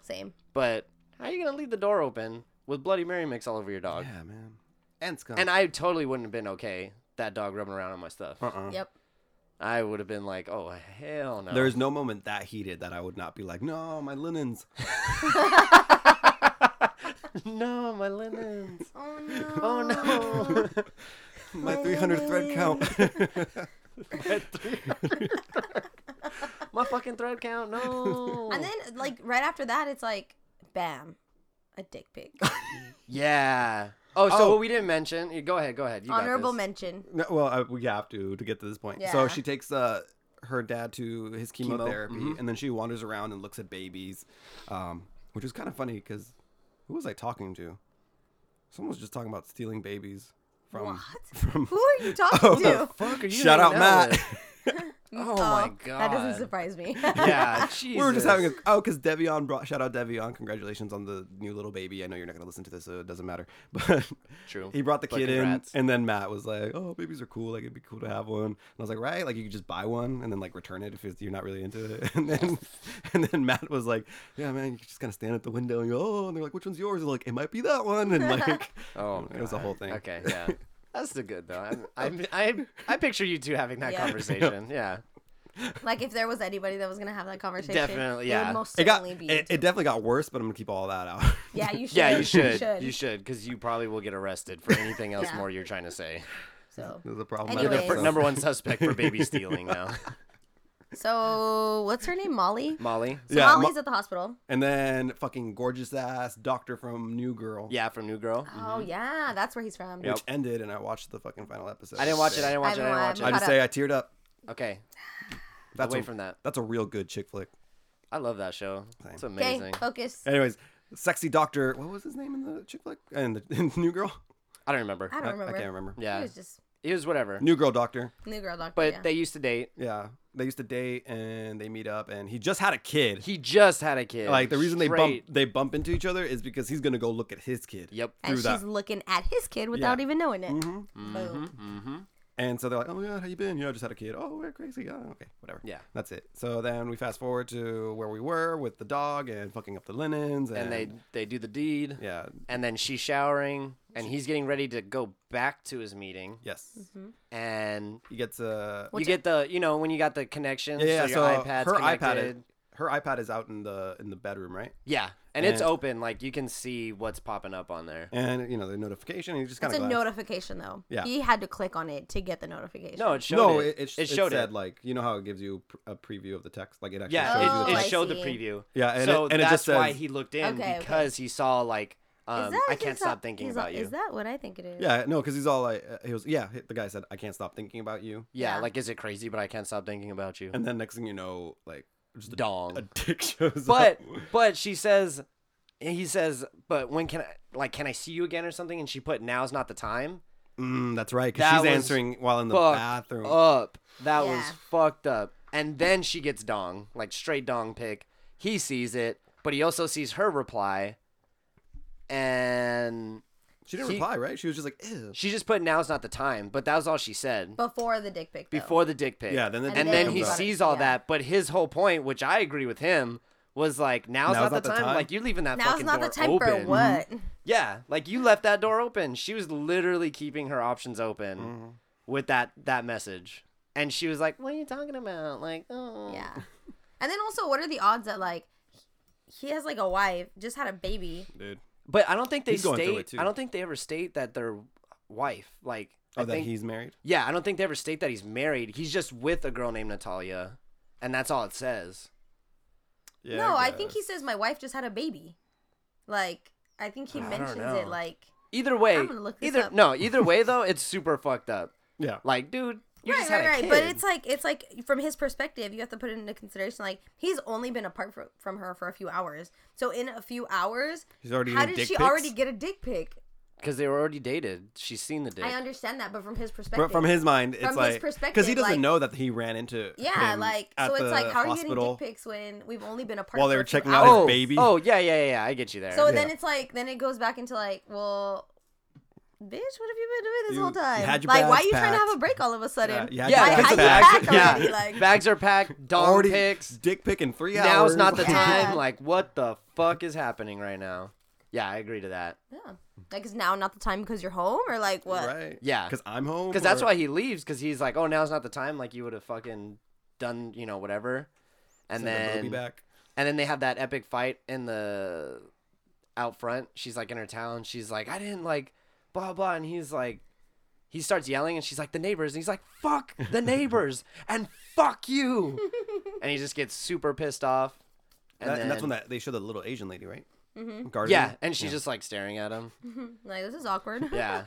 Same.
But how you gonna leave the door open with Bloody Mary mix all over your dog?
Yeah, man. And skunk.
And I totally wouldn't have been okay. That dog rubbing around on my stuff.
uh-uh.
Yep.
I would have been like, oh hell no.
There is no moment that heated that I would not be like, no, my linens.
no my linens.
Oh no.
Oh no.
My 300 thread count.
my fucking thread count. No.
And then like right after that, it's like, bam, a dick pic.
yeah. Oh, so
Oh.
what we didn't mention. you- Go ahead. Go ahead. You got
Honorable
this. Mm.
mention.
No, well, I, we have to to get to this point. So
Yeah.
she takes uh, her dad to his chemotherapy, and then she wanders around and looks at babies, um, which is kind of funny because who was I talking to? Someone was just talking about stealing babies from.
What?
From
Who are you talking
Oh,
to?
the
Fuck are you
Shout out
hanging
Matt.
with? oh my god.
That doesn't surprise me.
Yeah. Jesus.
we were just having a oh, because Devion brought shout out Devion. Congratulations on the new little baby. I know you're not gonna listen to this, so it doesn't matter. But
True.
he brought the
But
kid in,
congrats.
and then Matt was like, "Oh, babies are cool. Like it'd be cool to have one." And I was like, "Right? Like you could just buy one and then like return it if it's, you're not really into it." And then and then Matt was like, "Yeah, man, you could just kind of stand at the window and go, oh." And they're like, "Which one's yours?" And like, "It might be that one." And like,
Oh,
it was a
God.
whole thing.
Okay, yeah, that's the good though. I'm, I'm, I I picture you two having that
Yeah.
conversation. Yeah,
like if there was anybody that was gonna have that conversation,
Definitely,
it
yeah.
would most
It got
certainly
it,
be. you
it
two.
definitely got worse, but I'm gonna keep all that out.
yeah, you should.
yeah, you should, you should, because you probably will get arrested for anything else
Yeah.
more you're trying to say.
So,
There's a problem.
You're the
Anyways.
fir- number one suspect for baby stealing now,
so what's her name? Molly.
Molly.
So
Yeah, Mo-
Molly's at the hospital.
And then fucking gorgeous ass doctor from New Girl.
Yeah, from New Girl.
Oh yeah, that's where he's from.
Which ended, and I watched the fucking final episode.
I didn't watch it. I didn't watch it. I
haven't- I
didn't watch
haven't
I
it.
watched
just say I teared up.
Okay.
That's
away
a-
from that.
That's a real good chick flick.
I love that show. It's
Okay,
amazing.
focus.
Anyways, sexy doctor. What was his name in the chick flick? And the, in New Girl.
I don't remember.
I don't remember.
I can't remember.
It
yeah,
was just
it was whatever.
New Girl doctor.
new girl doctor.
But
yeah.
they used to date.
Yeah, they used to date and they meet up, and he just had a kid.
He just had a kid.
like the reason they bump
Straight.
they bump into each other is because he's gonna go look at his kid.
Yep.
and
through
she's
that.
looking at his kid without even knowing it. Boom.
Mm-hmm.
And so they're like, "Oh my god, how you been? Yeah, I just had a kid. Oh, we're crazy. Oh, okay, whatever.
Yeah.
that's it." So then we fast forward to where we were with the dog and fucking up the linens, and,
And they they do the deed.
yeah,
And then she's showering, and he's getting ready to go back to his meeting.
yes,
Mm-hmm.
And
he gets a
Which-
you get the you know when you got the connections.
yeah. yeah,
so
So,
your iPad's
her iPad,
connected.
is, her iPad is out in the in the bedroom, right?
Yeah, and, it's
And-
open. Like you can see what's popping up on there.
And you know the notification, and he just kind
It's a
of
notification though.
Yeah.
He had to click on it to get the notification.
No, it showed.
No,
it,
it,
it,
sh- it
showed
said
it.
like you know how it gives you pr- a preview of the text, like it actually shows
yeah,
you
Oh,
it,
the
it
I
text.
showed the
see.
preview.
Yeah, and
so
it- and it
that's
just
why
says-
he looked in
Okay, okay.
because he saw like
Is
um,
that-
I
is that-
can't stop thinking
is
about
that-
you.
Is that what I think it is?
Yeah, no, because he's all like, uh, he was, yeah, the guy said, I can't stop thinking about you.
yeah,
Yeah.
like is it crazy? But I can't stop thinking about you.
And then next thing you know, like, just a,
Dong.
a dick shows
but
up.
but she says he says but when can I like can I see you again or something? And she put now's not the time.
Mm, that's right,
That
because she's
was
answering while in the
fucked
bathroom.
Up that was
Yeah.
fucked up. And then she gets dong like straight dong pick. He sees it, but he also sees her reply, and
she didn't
he-
reply, right? She was just like, ew.
she just put now's not the time. But that was all she said
Before the dick pic. Though.
before the dick pic.
Yeah, then the
and
dick
then
pic
he
comes out.
sees all
Yeah.
that. But his whole point, which I agree with him, was like now's, not, the, time. Like you're leaving that
Now's
fucking
not
door
the time
open.
for what?
Mm-hmm.
Yeah, like you left that door open. She was literally keeping her options open
Mm-hmm.
with that that message. And she was like, "What are you talking about?" Like, oh.
Yeah. And then also, what are the odds that like he has like a wife, just had a baby?
Dude.
But I don't think they
He's going through it,
state
too.
I don't think they ever state that their wife like
Oh,
I
that
think
he's married?
Yeah, I don't think they ever state that he's married. He's just with a girl named Natalia. And that's all it says.
Yeah.
no, I think
guess.
he says my wife just had a baby. Like I think he
I don't
mentions
know.
it like
Either way,
I'm gonna look this
either
up.
no, either way though, it's super fucked up.
Yeah.
Like, dude, you just had a kid.
But it's like it's like from his perspective, you have to put it into consideration. Like he's only been apart fro- from her for a few hours, so in a few hours,
He's already
how
getting
did
dick
she
pics?
already get a dick pic?
because they were already dated. She's seen the dick.
I understand that, but from his perspective,
But from his mind, it's
From his
like because he
perspective,
doesn't
like-
know that he ran into
yeah,
him
like
at
so it's
the
like how are you getting
hospital.
dick pics when we've only been apart
While they
for a
were
few
checking
hours?
out his
oh,
baby.
Oh yeah, yeah, yeah. I get you there.
So then it's like then it goes back into like, well, bitch, what have you been doing this
You-
whole
you
time?
had your
like, why
bags
you trying to have
packed.
a break all of a sudden?
Yeah, you had
Yeah,
Like,
your
how
bags
you
are
packed
packed.
already?
yeah.
Like,
bags are packed. Dong
Already
pics.
dick pick in three hours.
Now's not the
Yeah.
time. Like, what the fuck is happening right now? Yeah, I agree to that.
yeah. like is now not the time because you're home or like what?
Right?
Yeah.
Because I'm home.
Because that's
or-
why he leaves. Because he's like, oh, now's not the time. Like, you would have fucking done, you know, whatever.
Send
And
the
then,
booby back.
and then they have that epic fight in the out front. She's like in her town. She's like, I didn't like, blah blah. And he's like, he starts yelling, and she's like, the neighbors. And he's like, fuck the neighbors, and fuck you. and he just gets super pissed off. And,
And, that- and that's
then-
when that, they show the little Asian lady, right? Mm-hmm. Guardian.
Yeah, and she's just like staring at him.
Like this is awkward.
Yeah.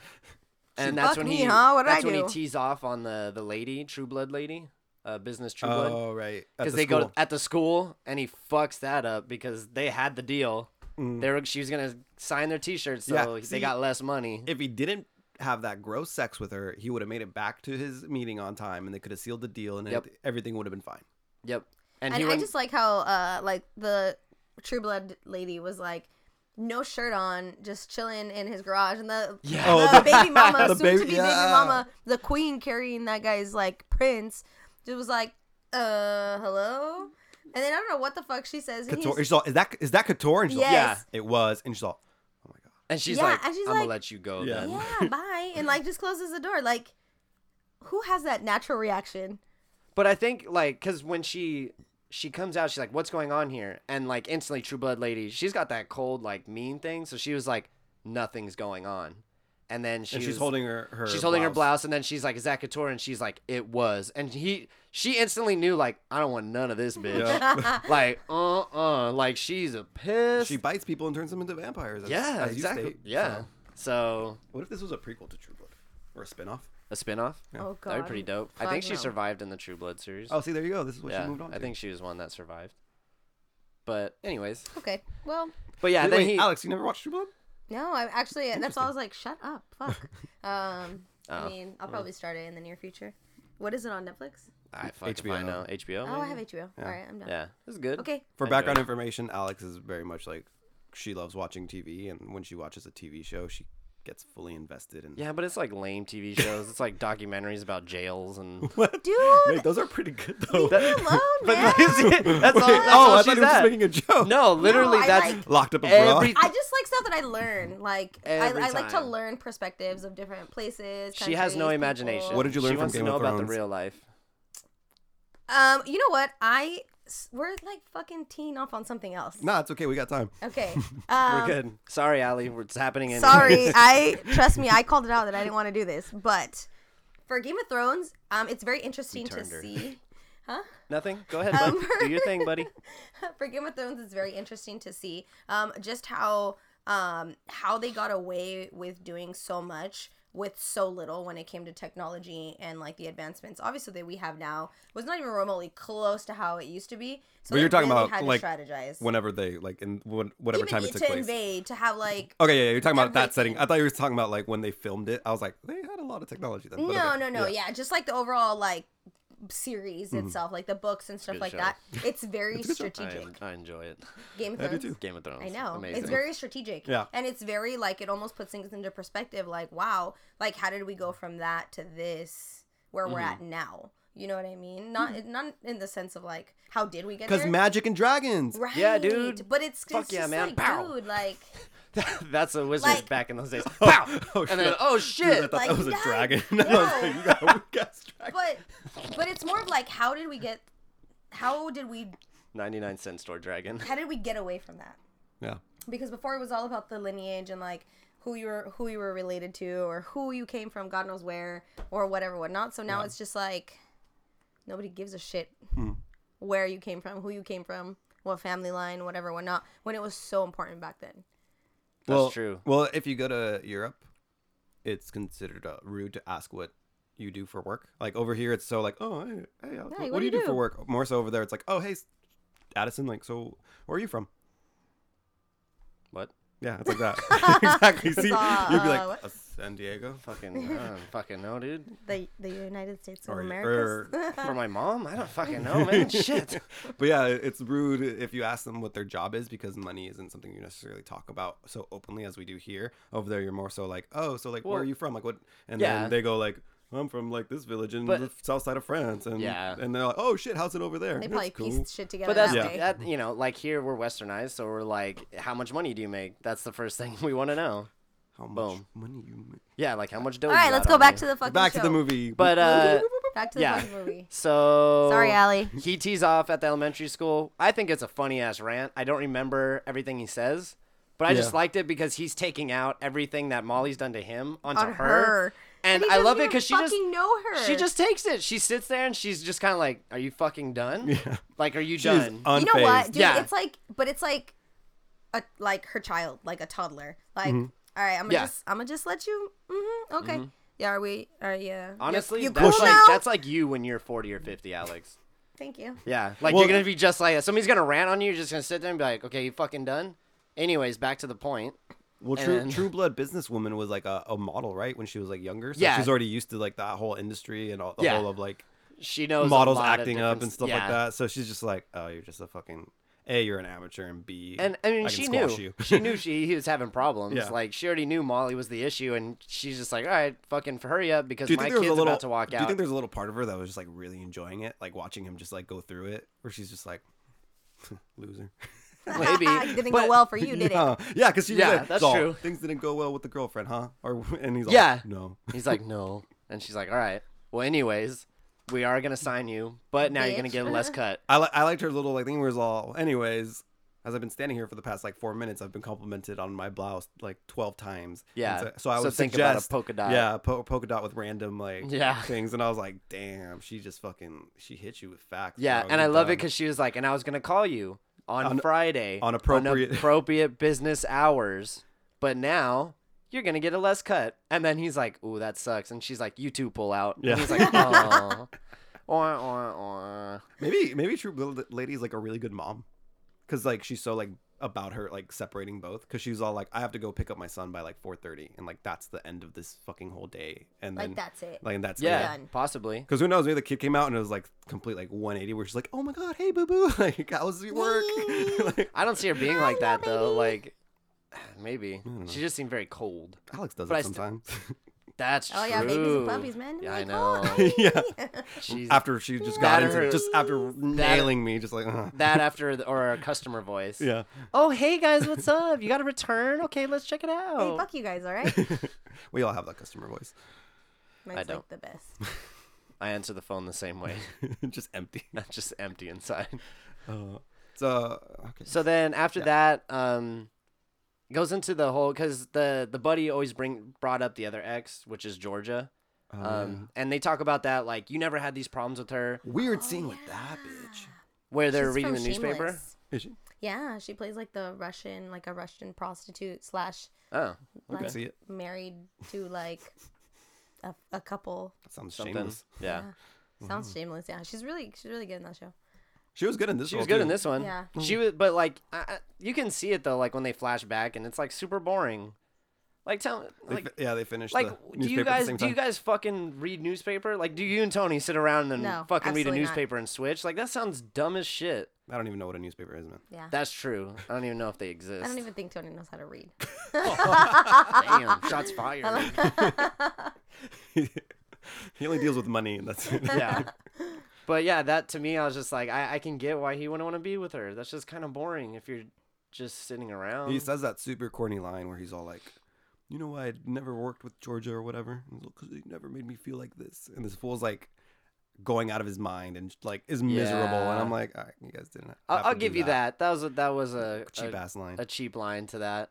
And that's
fucked
when
me,
he
huh? What'd I
that's when he
do?
tees off on the the lady, True Blood lady, uh, business True Blood,
Oh right, At
because
the
they go
school.
at the school and he fucks that up because they had the deal. They were she was gonna sign their T-shirts, so
Mm-hmm. Yeah,
they
see,
got less money.
if he didn't have that gross sex with her, he would have made it back to his meeting on time, and they could have sealed the deal, and
Yep.
it- everything would have been fine.
yep. And,
And,
he
I
went,
just like how uh like the True Blood lady was like. No shirt on, just chilling in his garage, and the
Yeah.
the,
Oh, the-
baby mama,
the
soon to
baby-
be
yeah.
baby mama, the queen carrying that guy's like prince, just was like, uh, hello, and then I don't know what the fuck she says. and
Couture,
he's-
she's all, is that is that Couture? And she's all,
Yes.
yeah, it was. And she's all, oh my god,
and she's
Yeah,
like,
and she's
"I'm
like-
gonna let you go."
Yeah.
Then.
yeah, bye, and like just closes the door. Like, who has that natural reaction?
But I think like because when she she comes out, she's like, "What's going on here?" And like instantly, True Blood lady, she's got that cold like mean thing, so she was like, "Nothing's going on." And then she
and she's
was-
holding her, her
she's holding her blouse and then she's like is that couture and she's like it was and he she instantly knew like i don't want none of this bitch like uh-uh like she's a piss
She bites people and turns them into vampires. as-
yeah
as you
exactly
state.
yeah
So,
so
what if this was a prequel to True Blood or a spinoff?
a spin-off.
Oh god.
That'd be pretty dope. I think
Fuck
she
no.
survived in the True Blood series.
Oh, see, there you go. This is what she moved on.
I
to.
think she was one that survived. But anyways,
Okay. Well,
but yeah,
Wait,
then
wait,
he.
Alex, you never watched True Blood?
no, I actually that's all I was like, shut up. Fuck. Um I
Oh.
mean, I'll probably start it in the near future. What is it on Netflix?
I fucking
HBO.
I know HBO.
Oh, I
maybe?
have HBO. All right, I'm done.
Yeah, this is good.
Okay.
For
I
background
enjoyed
information, Alex is very much like she loves watching TV, and when she watches a TV show, she gets fully invested in.
Yeah, but it's like lame TV shows. it's like documentaries about jails and.
What?
Dude,
Wait, those are pretty good though.
leave me alone,
But
man.
that's it. That's all. That's
Wait,
all
oh, I thought
she's
you were just
at.
making a joke.
No, literally,
I
that's
like-
Locked up a bra.
every.
I just like stuff that I learn. Like I,
Every
I like to
time.
learn perspectives of different places.
She has no
countries,
imagination.
people.
What did you learn
she
from
wants
Game
to know
of
about the
Thrones?
real life?
Um, you know what? I s- we're like fucking teeing off on something else.
Nah, it's okay. We got time.
Okay.
We're
Um,
good. Sorry, Ali. We're, it's happening. Anyway.
sorry. I trust me. I called it out that I didn't want to do this, but for Game of Thrones, um, it's very interesting to
turned her.
see.
Nothing. Go ahead. bud.
Um,
Do your thing, buddy.
for Game of Thrones, it's very interesting to see um, just how um, how they got away with doing so much with so little when it came to technology and like the advancements obviously that we have now was not even remotely close to how it used to be so
But
they
you're talking
really
about,
had to
like,
strategize
Whenever they like in wh- whatever
even
time
i-
it took
to
place.
invade to have like
Okay, yeah, yeah, you're talking about that setting.
Everything.
I thought you were talking about like when they filmed it. I was like, they had Oh, a lot of technology then. but
no
okay.
no no yeah. just like the overall like series
Mm-hmm.
itself like the books and stuff
good
like
show.
that it's very
I,
strategic
I enjoy it.
game of
I do
thrones
too.
Game of Thrones.
I know.
Amazing.
It's very strategic.
Yeah.
And it's very like it almost puts things into perspective like, wow, like how did we go from that to this where we're at
Mm-hmm.
now? You know what I mean? Not not in the sense of like how did we get
Because
there?
magic and dragons.
right.
Yeah, dude.
But it's,
Fuck
it's
yeah,
just
man.
like
Pow.
dude, like
That's a wizard
Like-
back in those days. Pow!
Oh,
and then,
shit.
oh
Dude, I
shit!
thought
Like,
that was a
no.
dragon. No, I was like, you got a weak ass dragon.
but but it's more of like how did we get how did we
99 cent store dragon.
how did we get away from that?
Yeah.
because before it was all about the lineage and like who you were who you were related to or who you came from god knows where or whatever whatnot so now it's just like nobody gives a shit
Hmm.
where you came from who you came from what family line whatever whatnot when it was so important back then
That's
well,
true.
Well, if you go to Europe, it's considered uh, rude to ask what you do for work. Like over here, it's so like, oh, hey, hey Alex, what, what do you do, for work? More so over there, it's like, oh, hey, s- Addison, like, so where are you from?
What?
Yeah, it's like that. exactly. See,
Uh,
you'd be like,
what?
"Uh, San Diego.
Fucking, I don't fucking know, dude.
the the united states of
Or- er,
america
For my mom? I don't fucking know, man. Shit.
But yeah, it's rude if you ask them what their job is because money isn't something you necessarily talk about so openly as we do here. Over there, you're more so like, oh, so like, where
Well-
are you from? Like, what? And
Yeah.
then they go like, I'm from like this village in
But-
the south side of France, and
Yeah.
and they're like, oh shit, how's it over there?
they
That's
probably
cool.
pieced shit together
But that's,
that
Yeah.
way
that, you know, like here we're westernized, so we're like, how much money do you make? That's the first thing we want to know.
How much
Boom.
money you make?
Yeah, like how much dough
all right let's go back to the fucking
Back
show.
to the movie.
But, uh,
back to the
Yeah.
fucking movie
so.
sorry Allie.
He tees off at the elementary school. I think it's a funny ass rant. I don't remember everything he says, but I just
Yeah.
liked it because he's taking out everything that Molly's done to him onto
on her,
her. And,
he
I
doesn't
love it
even
because she just
fucking know her
she just takes it. She sits there and she's just kind of like, "Are you fucking done?
Yeah.
Like, are you
She's
done?"
unfazed.
You know what, dude?
Yeah.
It's like, but it's like, a like her child, like a toddler. Like, all right, I'm gonna
Mm-hmm. Yeah. Mm-hmm.
just, I'm gonna just let you. hmm okay. Yeah. Are we? Are yeah.
Honestly,
you
that's
cool
like
now?
that's like you when you're 40 or 50, Alex.
Thank you.
Yeah, like
Well-
you're gonna be just like that. Somebody's gonna rant on you. You're just gonna sit there and be like, "Okay, you fucking done." Anyways, back to the point.
Well, True,
And-
True Blood businesswoman was like a, a model, right? When she was like younger, so
Yeah.
she's already used to like that whole industry and all, the
Yeah.
whole of like
She knows a
models
lot of
acting
different
up and
s-
stuff like
yeah.
that. So she's just like, oh, you're just a fucking a, you're an amateur, and b,
And I mean,
can
she knew
squash you.
she knew she he was having problems.
Yeah.
Like she already knew Molly was the issue, and she's just like, "All right, fucking hurry up because
Do you
my
think
kid's
there was a little?
about to walk
do you
out."
think there's a little part of her that was just like really enjoying it, like watching him just like go through it, where she's just like, loser.
Maybe
it didn't go
but-
well for you, did it?
yeah, yeah, because she was
Yeah,
like,
that's
"Zol,
true.
Things didn't go well with the girlfriend, huh? Or and he's like,
Yeah.
no.
He's like, "No," and she's like, "All right, well, anyways, we are gonna sign you, but now you're gonna
Bitch.
get less cut."
I li- I liked her little like thing where it's all. Anyways, as I've been standing here for the past like four minutes, I've been complimented on my blouse like twelve times. And
Yeah.
So, so I
So
would
think about a
suggest
polka dot.
Yeah, po- polka dot with random like
Yeah.
things, and I was like, damn, she just fucking she hit you with facts.
Yeah,
bro.
and
Oh, You're
I love it
done.
because she was like, "And I was gonna call you on, Friday
on appropriate-
appropriate business hours, but now you're gonna get a less cut. And then he's like, ooh, that sucks. And she's like, you two pull out.
Yeah.
And he's like, oh. Or, or, or.
Maybe maybe True Blue Lady is like a really good mom, because like she's so like about her like separating both. Because she's all like, I have to go pick up my son by like four thirty, and like that's the end of this fucking whole day. And then
Like that's it.
like that's
Yeah,
Done.
possibly.
Because who knows? Maybe the kid came out and it was like complete like one eighty, where she's like, oh my god, hey boo boo, like how's your work? like,
I don't see her being like that though. Like, maybe
don't
she just seemed very cold.
Alex does
But I
it
still-
sometimes.
That's
Oh yeah, babies
true.
and puppies, man.
Yeah, I
Like,
know.
oh, honey.
Yeah.
She's
after she just got
That
into
hurt.
just after nailing me, just like uh,
that after the, or a customer voice.
yeah.
Oh hey guys, what's up? You got a return? Okay, let's check it out.
Hey, fuck you guys, all right?
we all have that customer voice,
Mine's
don't.
like the best.
I answer the phone the same way.
just empty.
Not just empty inside.
Uh, so okay.
So then after that, um, goes into the whole because the the buddy always bring brought up the other ex, which is Georgia.
Uh,
Um, oh, and they talk about that like you never had these problems with her,
weird scene with that bitch.
where they're
She's
reading the
from
newspaper.
Shameless.
Is she?
Yeah, she plays like the Russian, like a Russian prostitute slash
Oh,
I
like
can see it.
married to like a, a couple.
That sounds
something.
shameless.
Yeah.
Sounds
Mm-hmm.
shameless. Yeah, she's really she's really good in that show.
She was good in this.
She
role,
was good
too.
in this one.
Yeah.
She was, but like, I, I- you can see it though, like when they flash back, and it's like super boring. Like, tell,
They
like,
fi- yeah, they finished.
like,
the
do you
newspaper at the
guys
same
do you
time.
guys fucking read newspaper? Like, do you and Tony sit around and
No,
fucking read a
absolutely not.
newspaper and switch? Like, that sounds dumb as shit.
I don't even know what a newspaper is, man.
Yeah.
That's true. I don't even know if they exist.
I don't even think Tony knows how to read.
Damn, shots fired.
he only deals with money, and that's it.
yeah. But yeah, that to me, I was just like, I, I can get why he wouldn't want to be with her. That's just kind of boring if you're just sitting around.
He says that super corny line where he's all like, "You know why I never worked with Georgia or whatever? Because he never made me feel like this." And this fool's like going out of his mind and like is miserable. And
Yeah.
I'm like, all right, you guys didn't.
I'll,
have to
I'll
do
give you that. That was a, that was a
cheap
a,
ass line.
a cheap line to that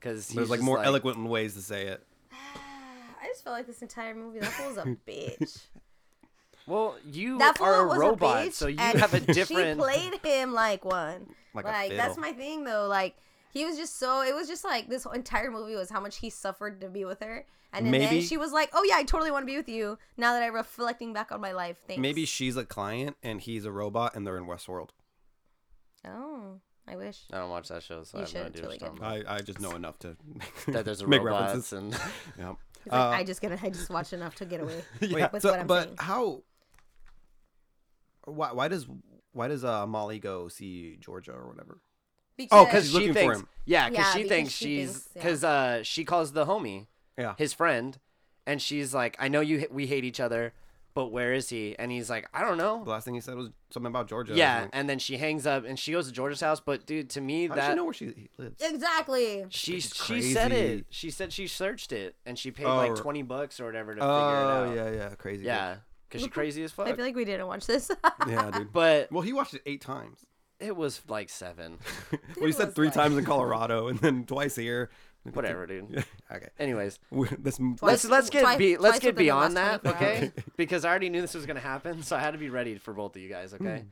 because
There's like more eloquent ways to say it.
I just felt like this entire movie, that fool was a bitch.
Well, you
That fool
are
was a
a robot,
bitch,
so you
and
have a
She
different.
played him like one.
Like
Like,
a
that's
fiddle.
my thing though. Like he was just so. It was just like this whole entire movie was how much he suffered to be with her, and then,
Maybe-
she was like, "Oh yeah, I totally want to be with you." Now that I'm reflecting back on my life, thanks.
Maybe she's a client and he's a robot, and they're in Westworld.
Oh, I wish.
I don't watch that show, so
You
I have no
should,
idea
it's
what you're
really
talking about.
I, I just know enough to
That there's a
make references.
robots and
Yeah.
He's
Uh,
like, I just gonna. I just watched enough to get away.
yeah.
with
so-
what I'm
but
saying.
how? Why? Why does? Why does uh, Molly go see Georgia or whatever?
oh,
She's
because she
looking for
thinks
him.
yeah, because
Yeah,
she
because
thinks
she
she's
thinks- yeah.
because uh she calls the homie
Yeah.
his friend, and she's like, I know you h- we hate each other, but where is he? And he's like, I don't know.
The last thing he said was something about Georgia. or
yeah,
something.
and then she hangs up and she goes to George's house. But dude, to me,
How does
that
she know where she he lives?
exactly.
She
It's
she said
crazy.
it. She said she searched it and she paid
Oh,
like
right.
twenty bucks or whatever to
Oh
figure it out.
yeah, yeah, crazy.
Yeah, because she's crazy as
I
fuck.
feel like we didn't watch this.
dude. yeah, dude.
But
Well, he watched it eight times.
it was like seven.
well, he said
was
three
like-
times in Colorado and then twice here.
Whatever, dude.
okay.
Anyways,
We- This
Twice.
let's let's get
Twice-
be let's
twice
get
within the
beyond
last
that,
24
okay? because I already knew this was gonna happen, so I had to be ready for both of you guys, okay?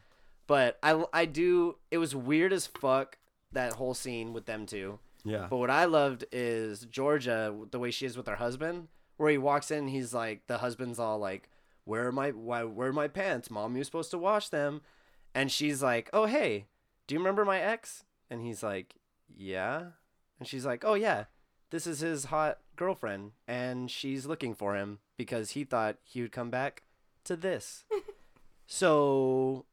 But I I do. It was weird as fuck that whole scene with them two.
yeah.
But what I loved is Georgia, the way she is with her husband, where he walks in, he's like, the husband's all like, "Where are my why? Where are my pants, mom? You're supposed to wash them," and she's like, "Oh hey, do you remember my ex?" And he's like, "Yeah," and she's like, "Oh yeah, this is his hot girlfriend, and she's looking for him because he thought he would come back to this." so,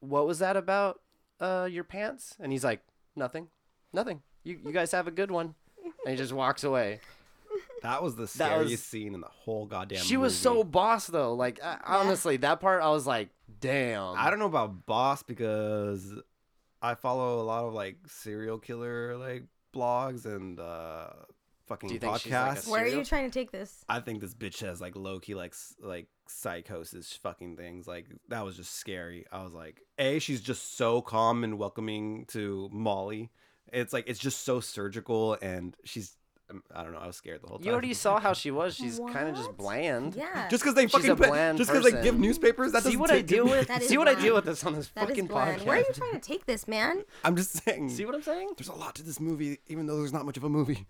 what was that about? Uh, your pants? And he's like, "Nothing, nothing. You you guys have a good one." And he just walks away.
That was the
That was-
scariest scene in the whole goddamn.
she was
movie.
so boss though. Like I, honestly, that part I was like, "Damn."
I don't know about Boss because I follow a lot of like serial killer like blogs and uh fucking
Do you think she's, like, a
podcasts.
Where are
Cereal?
you trying to take this?
I think this bitch has like low key like s- like psychosis fucking things. Like that was just scary. I was like, a she's just so calm and welcoming to Molly. It's like it's just so surgical, and she's um, I don't know. I was scared the whole time.
You already saw how she was. She's kind of just
What?
bland.
Yeah.
just because they
She's
fucking
a
put,
bland
just because they give
person.
newspapers. That
See
doesn't
what I
take it.
deal with.
That is
See what I deal
bland.
with this on this
that is
fucking
bland.
podcast.
Where are you trying to take this, man?
I'm just saying.
See what I'm saying?
There's a lot to this movie, even though there's not much of a movie.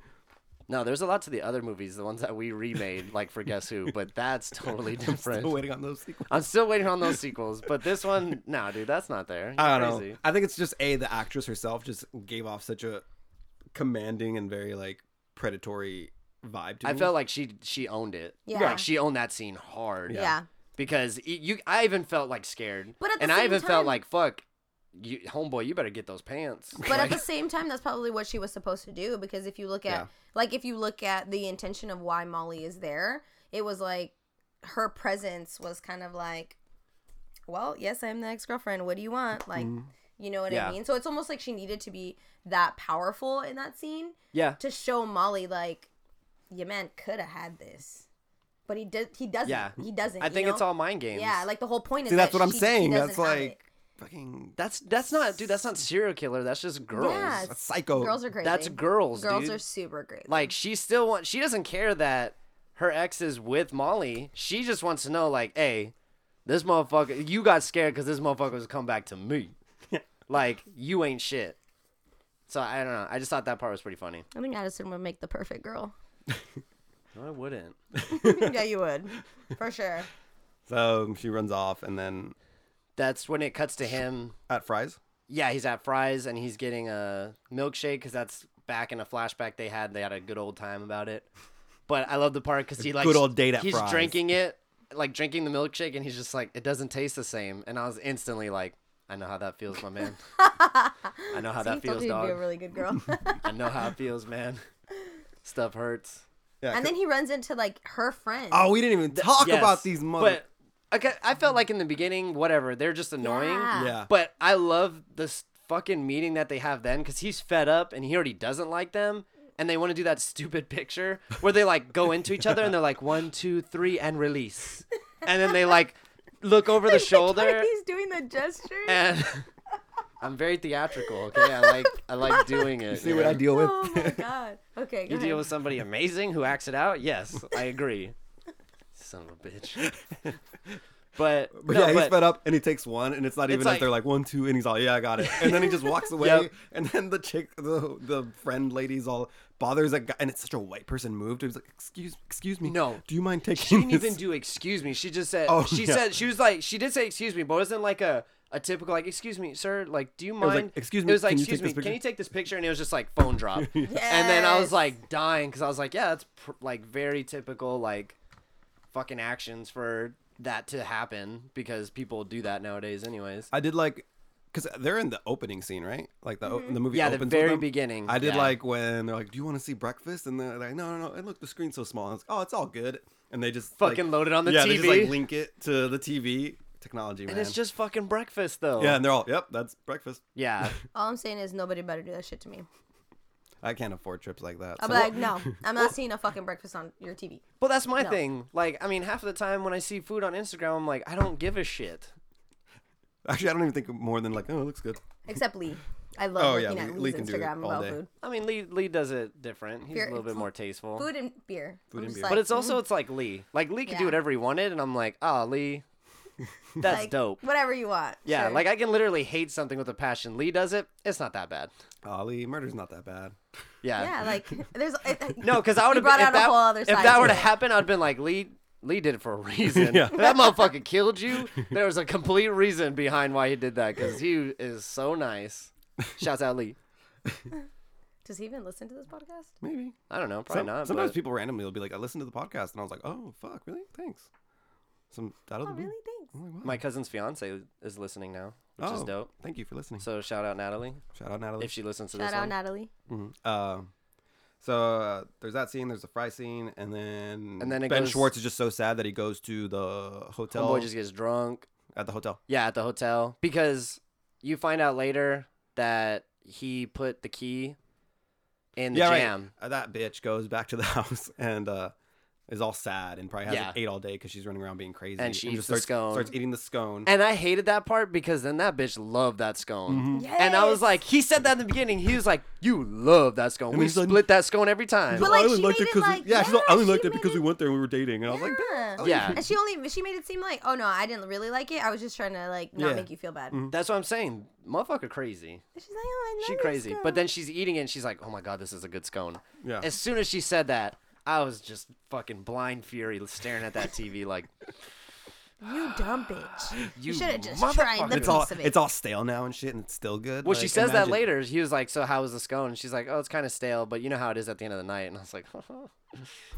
No, there's a lot to the other movies, the ones that we remade, like for Guess Who, but that's totally different.
Still waiting on those sequels.
I'm still waiting on those sequels, but this one, no, dude, that's not there.
I
You're
don't
crazy.
know. I think it's just a the actress herself just gave off such a commanding and very like predatory vibe. To
I
me.
felt like she she owned it.
Yeah.
Like she owned that scene hard.
Yeah.
Because y- you, I even felt like scared.
But at the
and I
same
even felt
time-
like, fuck, you, homeboy, you better get those pants.
But at
Like,
the same time, that's probably what she was supposed to do because if you look at
Yeah.
like if you look at the intention of why Molly is there, it was like her presence was kind of like, well, yes, I'm the ex girlfriend. What do you want? Like, you know what
Yeah.
I mean? So it's almost like she needed to be that powerful in that scene
yeah.
to show Molly like, your man could have had this, but he did. He doesn't.
Yeah.
He doesn't.
I
you
think
know?
it's all mind games.
Yeah, like the whole point is.
See, that's
that
what I'm
she- he
saying.
doesn't
That's
have
like
it.
fucking
That's that's not, dude. That's not serial killer. That's just girls.
Yeah,
that's psycho.
girls are crazy.
That's girls.
Girls
dude.
are super crazy.
like she still wants. She doesn't care that her ex is with Molly. She just wants to know, like, hey, this motherfucker. You got scared because this motherfucker was come back to me. like you ain't shit. So I don't know. I just thought that part was pretty funny.
I think Addison would make the perfect girl.
No, I wouldn't.
yeah, you would. For sure.
so she runs off and then
That's when it cuts to him.
at Fry's.
Yeah, he's at Fry's and he's getting a milkshake because that's back in a flashback they had. They had a good old time about it. But I love the part because he like
good old date at
he's
Fry's.
drinking it, like drinking the milkshake, and he's just like, it doesn't taste the same. And I was instantly like, I know how that feels, my man. I know how that
he told
feels,
you would
dog.
be a really good girl.
I know how it feels, man. Stuff hurts.
Yeah.
and then he runs into like her friend.
oh, we didn't even talk
Yes,
about these mother.
But okay, I felt like in the beginning, whatever, they're just annoying.
Yeah.
yeah.
But I love this fucking meeting that they have then because he's fed up and he already doesn't like them. And they want to do that stupid picture where they like go into each other and they're like one, two, three, and release. And then they like look over the shoulder
He's doing the gesture.
and I'm very theatrical, okay? I like I like doing it.
See
you
what I
know?
deal with.
oh my god. Okay, go
You
ahead.
deal with somebody amazing who acts it out? Yes, I agree. Son of a bitch. But,
But
no,
yeah, he's
but-
fed up and he takes one, and it's not even like,
like-
they're like one, two, and he's all, yeah, I got it. And then he just walks away,
Yep.
and then the chick, the the friend lady's all bothers a guy, and it's such a white person move. He's like, excuse, excuse me,
No.
do you mind taking?
she didn't
this?
even do excuse me. She just said
Oh,
she
yeah.
said she was like she did say excuse me, but it wasn't like a a typical like excuse me, sir. Like, do you mind?
was like, "Excuse me,
It was like
can you
excuse
take
me.
this
Can you
picture?"
take this picture? And it was just like phone drop. And then I was
Yes.
like dying because I was like, yeah, that's pr- like very typical like fucking actions for that to happen because people do that nowadays, anyways.
I did like, cause they're in the opening scene, right? Like the o the movie.
Mm-hmm. Yeah, the
opens with
very
them.
beginning,
I did
yeah.
like when they're like, "Do you want to see breakfast?" And they're like, "No, no, no." And look, the screen's so small. And I was like, "Oh, it's all good." And they just like-
Fucking load it on the
yeah, They just, like
TV.
link it to the TV technology, man.
and it's just fucking breakfast though.
yeah, and they're all, "Yep, that's breakfast."
Yeah.
All I'm saying is nobody better do that shit to me.
I can't afford trips like that.
I'm
so-
like, no, I'm not seeing a fucking breakfast on your TV.
Well, that's my thing. Like, I mean, half of the time when I see food on Instagram, I'm like, I don't give a shit.
Actually, I don't even think more than like, oh, it looks good.
Except Lee. I love
Oh, yeah,
looking
Lee-
at
Lee
Lee's
can do it
Instagram
all
about
day.
food.
I mean, Lee Lee does it different. He's
Beer-
a little bit more tasteful.
Food and beer. Food
and beer.
But it's also it's like Lee. Like Lee could do
Yeah.
whatever he wanted, and I'm like, ah, Lee, that's dope.
Whatever you want.
Yeah,
sure.
like I can literally hate something with a passion. Lee does it. It's not that bad.
Ollie, murder's not that bad.
Yeah.
yeah, like there's
No, because I would have
brought out a
that,
whole other
If
side
that
to
were to
it.
happen, I'd been like Lee. Lee did it for a reason.
Yeah.
That motherfucker killed you. There was a complete reason behind why he did that because he is so nice. Shouts out Lee.
Does he even listen to this podcast?
Maybe.
I don't know, probably
Some-
not.
sometimes
but-
people randomly will be like, I listened to the podcast, and I was like, oh, fuck, really? Thanks. Some out of
Oh,
the blue.
really? Thanks.
I'm like, wow.
My cousin's fiance is listening now, which is
Oh,
dope.
Thank you for listening.
So shout out Natalie
Shout out Natalie.
if she listens to
Shout
this
out
one.
Natalie.
Mhm. Uh, so uh, there's that scene. There's the fry scene, and then
And then it
Ben
goes-
Schwartz is just so sad that he goes to the hotel
Homeboy just gets drunk.
at the hotel.
Yeah, at the hotel because you find out later that he put the key in the
yeah,
jam.
right. Uh, that bitch goes back to the house, and uh, is all sad and probably hasn't
Yeah.
ate all day because she's running around being crazy.
And she eats the
starts,
scone.
starts eating the scone.
And I hated that part because then that bitch loved that scone.
Mm-hmm.
Yes.
And I was like, he said that in the beginning. He was like, you love that scone.
And
we
he's like-
split that scone every time.
But,
"Oh,
like,
I only
she
liked
made
it
it
'cause we-
like-
yeah, she's like, I
yeah,
only
she
liked it
made
because we
it-
went there and we were dating, and I was like,
yeah.
Oh, Yeah.
And she only she made it seem like, oh no, I didn't really like it. I was just trying to like not
Yeah. Mm-hmm.
make you feel bad.
That's what I'm saying. Motherfucker crazy.
She's like, oh, I love
She
this
crazy.
girl."
But then she's eating it and she's like, oh my God, this is a good scone.
Yeah.
As soon as she said that, I was just fucking blind fury staring at that TV like,
you dumb bitch. You,
You
should have just tried the
motherfucker.
it's all
piece of it.
it's all stale now and shit, and it's still good.
well, she
Like,
says that
imagine-
later. He was like, so how was the scone? And she's like, oh, it's kind of stale, but you know how it is at the end of the night. And I was like, you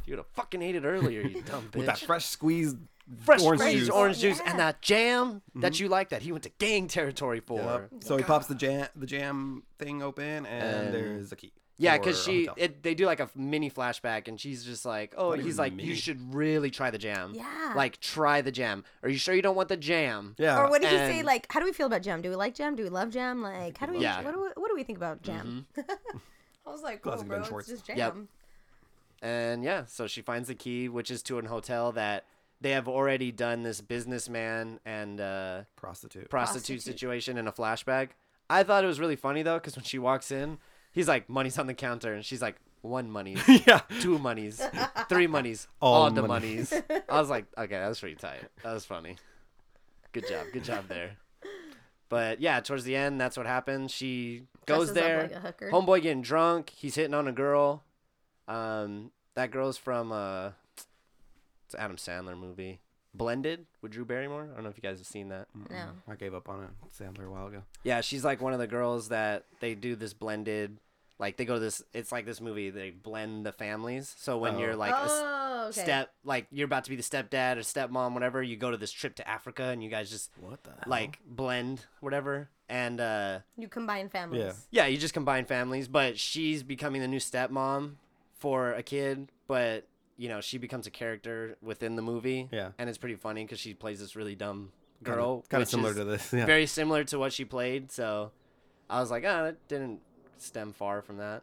would have fucking ate it earlier, you dumb bitch.
with that fresh squeezed
fresh
orange
orange juice,
juice. Mm-hmm.
orange juice,
Yeah.
and that jam that you like that he went to gang territory for.
Yep. So he pops the jam the jam thing open, and
And-
there's a key.
Yeah,
for
because
a
she
hotel.
it, they do like a mini flashback, and she's just like, "Oh,
Not
he's
even
like,
mini.
you should really try the jam.
Yeah.
like try the jam. Are you sure you don't want the jam?
yeah,
or what did he say?
Oh, and-
Like, how do we feel about jam? Do we like jam? Do we love jam? Like, how do we?
Yeah.
What, do we what do we think about jam? I was like, cool,
Classic Ben
bro. It's
Schwartz.
just jam.
Mm-hmm. Yep. And yeah, so she finds the key, which is to an hotel that they have already done this businessman and uh,
prostitute.
prostitute,
Prostitute.
situation in a flashback. I thought it was really funny though, because when she walks in, he's like, "Money's on the counter," and she's like, "One money."
yeah,
two monies, three monies,
All
all, the
money.
monies. I was like, okay, that was pretty tight. That was funny. Good job, good job there. But yeah, towards the end, that's what happens. She goes
Dresses up
there.
like a hooker.
Homeboy getting drunk. He's hitting on a girl. Um, that girl's from uh, it's an Adam Sandler movie, Blended with Drew Barrymore. I don't know if you guys have seen that.
No.
I gave up on it. Sandler a while ago.
Yeah, she's like one of the girls that they do this blended. Like they go to this, it's like this movie. They blend the families. So when
Oh.
you're like a s-
oh, okay.
step like you're about to be the stepdad or stepmom whatever you go to this trip to africa and you guys just
What the
like blend whatever and uh
You combine families.
Yeah.
yeah you just combine families but she's becoming the new stepmom for a kid but you know she becomes a character within the movie
Yeah.
and it's pretty funny because she plays this really dumb girl
kind of
which
similar
is
to this. Yeah.
very similar to what she played so i was like ah that didn't stem far from that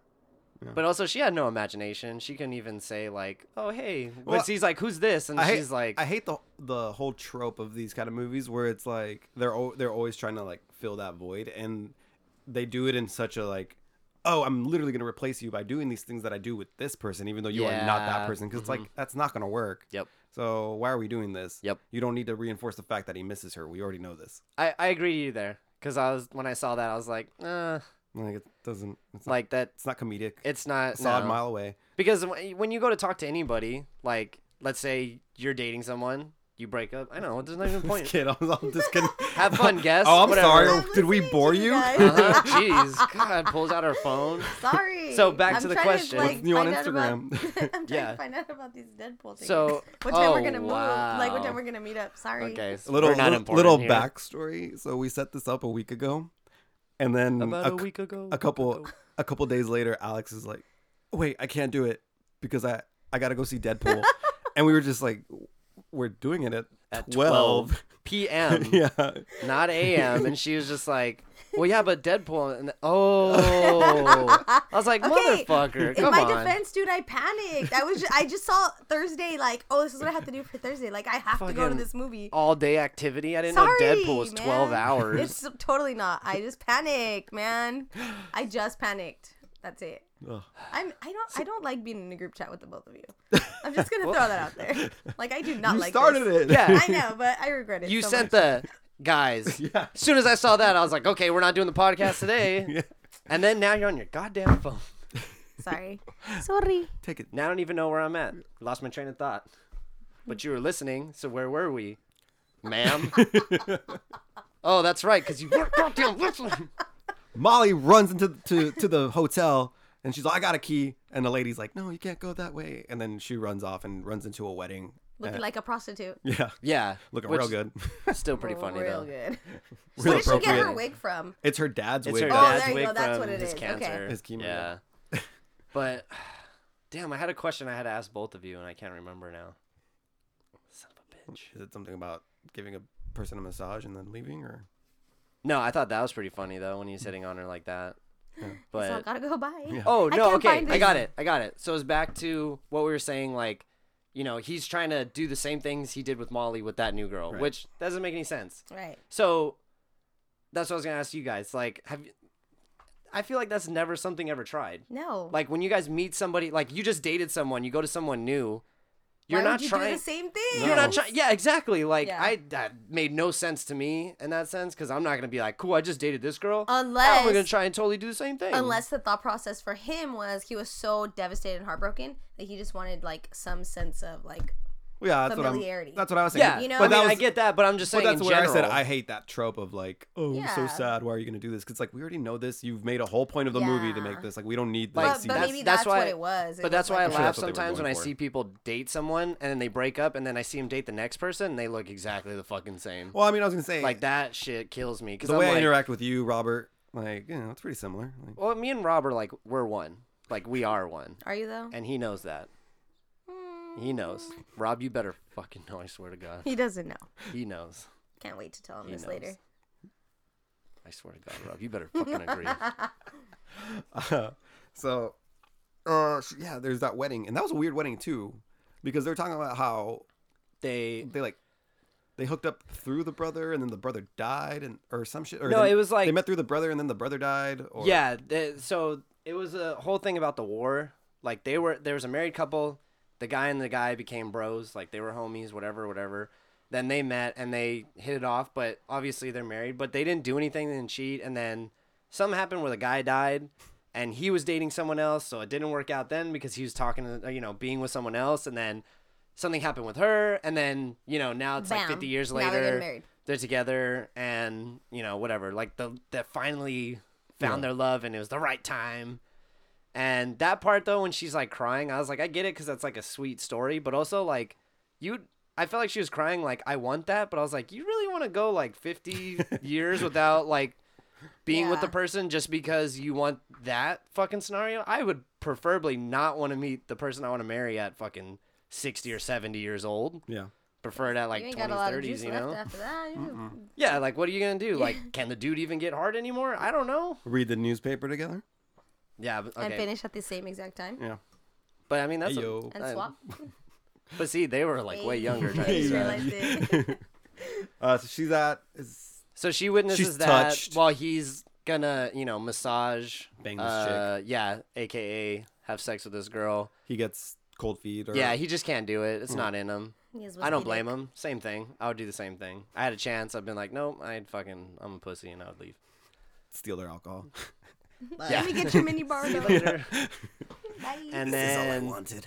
But also, she had no imagination. She couldn't even say like, "Oh, hey."
Well,
but she's like, "Who's this?" And
I hate,
she's like,
I hate the the whole trope of these kind of movies where it's like they're al- they're always trying to like fill that void, and they do it in such a like, oh, I'm literally gonna replace you by doing these things that I do with this person, even though you are not that
Yeah. Mm-hmm.
person, because it's like that's not gonna work.
"Yep."
So why are we doing this?
Yep.
You don't need to reinforce the fact that he misses her. We already know this.
I, I agree with you there because I was when I saw that I was like, uh,
Like it doesn't. It's not,
like that.
it's not comedic.
It's not
I saw it a
no.
mile away.
because when when you go to talk to anybody, like let's say you're dating someone, you break up. I know there's not even a
This
point.
kid, I'm, I'm just kidding.
Have fun, guess.
oh, I'm
whatever.
sorry.
I'm
Did we
listening to
bore
you
you?
guys.
Uh-huh. Jeez, God pulls out her phone.
Sorry.
So, back
I'm
to the
trying
question.
To,
What's
like,
new on
find out about-
Instagram?
I'm trying
Yeah.
to find out about these Deadpool things.
So
what time we're
oh,
gonna move? Like what time
wow.
we're gonna meet up? Sorry.
Okay, so
little
we're not
little,
important
little
here.
backstory. So we set this up a week ago, and then
About
mm, a,
a
c-
week ago,
a couple a couple days later, Alex is like, "Wait, I can't do it because I I gotta go see Deadpool," and we were just like, "We're doing it at,
at
12.
12 p.m.
yeah,
not a.m. and she was just like, "Well, yeah, but Deadpool." And oh, I was like,
Okay,
"Motherfucker,
In
come
my
on!"
defense, dude, I panicked. I was just, I just saw Thursday like, oh, this is what I have to do for Thursday. Like I have to go to
Fucking
this movie.
All day activity. I didn't
Sorry,
know Deadpool was twelve
man.
hours.
It's totally not. I just panicked, man. I just panicked. That's it.
Ugh.
I'm I don't I don't like being in a group chat with the both of you. I'm just gonna throw that out there. Like I do not
you
like
started
this.
it.
Yeah.
I know, but I regret it.
you
so much.
sent the guys.
Yeah.
As soon as I saw that, I was like, "Okay, we're not doing the podcast today."
Yeah.
And then now you're on your goddamn phone.
sorry. Sorry.
Take it.
Now I don't even know where I'm at. Lost my train of thought. But you were listening, so where were we, ma'am? oh, that's right, because you weren't goddamn listening.
Molly runs into to, to the hotel and she's like, I got a key. And the lady's like, No, you can't go that way. And then she runs off and runs into a wedding.
Looking
Uh,
like a prostitute.
yeah.
Yeah,
Looking
which-
real good.
Still pretty funny
Real
though.
good.
real
Where did she get her
appropriate.
wig from?
It's her dad's
It's
wig.
her
though.
Oh,
dad's
there you
wig
go. That's
from
what it
his
is. Okay.
cancer.
His chemo,
Yeah. but damn, I had a question I had to ask both of you, and I can't remember now. Son of a bitch.
Is it something about giving a person a massage and then leaving or
No, I thought that was pretty funny though when he was hitting on her like that.
So I
But
gotta go by.
Yeah.
oh
I
no,
can't
okay,
find
I got
this.
it, I got it. So it's back to what we were saying, like you know, he's trying to do the same things he did with Molly with that new girl,
Right.
which doesn't make any sense.
Right.
So that's what I was gonna ask you guys. Like, have you? I feel like that's never something ever tried.
No.
Like when you guys meet somebody, like you just dated someone, you go to someone new. You're
Why
not
would you
trying.
do the same thing.
You're not trying. Yeah, exactly. Like
Yeah.
I that made no sense to me in that sense because I'm not gonna be like, cool, I just dated this girl.
Unless-
I'm gonna try and totally do the same thing.
Unless the thought process for him was he was so devastated and heartbroken that he just wanted like some sense of like
Well, yeah, that's what,
Familiarity.
I'm, that's what I was saying.
yeah,
you know-
but
that
I, mean, I
was-
get that. But I'm just
But
saying
that's
in
where I
general.
said I hate that trope of like, oh,
Yeah.
so sad. Why are you gonna do this? Because like we already know this. You've made a whole point of the movie to
Yeah.
make this. Like we don't need
Like,
like,
but,
see
but
this.
maybe that's,
That's why-
what it was. It was
But that's why I
like a-
sure
laugh
that's what they were
sometimes when
going
I
for.
see people date someone and then they break up and then I see them date the next person and they look exactly the fucking same.
Well, I mean, I was gonna say
like that shit kills me because
the way
I'm
I
like,
interact with you, Robert. Like, you know, it's pretty similar. Like,
well, me and Rob are like we're one, like we are one,
Are you though?
and he knows that. He knows. Rob, you better fucking know. I swear to God,
He doesn't know.
he knows.
Can't wait to tell him
He
this
knows.
later.
I swear to God, Rob, you better fucking agree. Uh-huh.
so, uh, sh- yeah, there's that wedding, and that was a weird wedding too, because they're talking about how
They
they like they hooked up through the brother, and then the brother died, and or some shit. Or
No,
they-
it was like-
they met through the brother, and then the brother died. Or,
Yeah, the, so it was a whole thing about the war. Like they were there was a married couple, the guy and the guy became bros, like they were homies, whatever, whatever. Then they met and they hit it off, but obviously they're married, but they didn't do anything, they didn't cheat, and then something happened where the guy died and he was dating someone else, so it didn't work out then because he was talking to you know, being with someone else and then something happened with her and then, you know, now it's like
Bam.
50 years
Now they're
later
getting married.
they're together and you know whatever like the that finally found their love and it was the right time and that part though when she's like crying i was like i get it because that's like a sweet story but also like you i felt like she was crying like i want that but i was like you really want to go like 50 years without like being with
Yeah.
the person just because you want that fucking scenario i would preferably not want to meet the person i want to marry at fucking 60 or 70 years old
yeah.
prefer it at like
you ain't
20
got a lot of
30s
juice
you
left
know
after that. You-
yeah, like what are you gonna do? Like, can the dude even get hard anymore? I don't know.
Read the newspaper together.
Yeah, but,
And
okay.
finish at the same exact time.
Yeah.
But I mean, that's. a-
Ayo.
And
uh,
swap.
but see, they were like way
Hey.
younger. trying
Hey.
to do that.
realized it.
uh, so she's at is
So she witnesses
She's
that
touched.
while he's gonna, you know, massage.
Bang this
uh, Yeah, aka have sex with this girl.
he gets cold feet. Or,
Yeah, he just can't do it. It's
Hmm.
not in him.
He is
I don't
whiskey
blame
dick.
him. Same thing. I would do the same thing. I had a chance. I've been like, nope. I'd fucking. I'm a pussy, and I would leave.
steal their alcohol.
Let me get your mini bar. though.
Later.
Bye.
and then
wanted.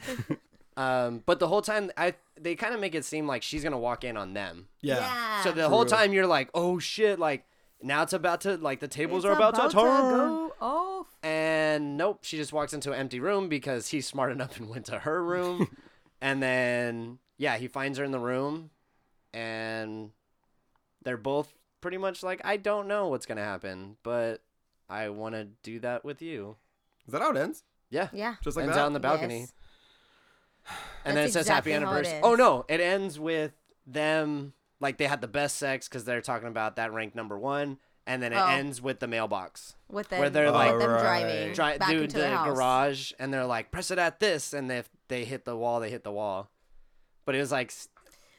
Um, but the whole time, I they kind of make it seem like she's gonna walk in on them.
yeah.
So the
Yeah.
whole
True.
time you're like, oh shit, like now it's about to like the tables
It's
are about, to turn.
go off.
and nope, she just walks into an empty room because he's smart enough and went to her room. and then yeah, he finds her in the room, and they're both pretty much like, I don't know what's gonna happen, but I want to do that with you.
Is that how it ends?
Yeah.
Yeah.
Just like
Ends
that?
out on the balcony.
Yes.
and then it
That's
says happy
exactly how it
anniversary.
is.
Oh no, it ends with them like they had the best sex because they're talking about that ranked number one, and then it
Oh.
ends with the mailbox.
With them,
Where they're
with
like-
them driving
Alright.
Dri-
Mm. back
dude,
into the
the
house.
garage, and they're like, press it at this, and if they hit the wall, they hit the wall. But it was like s-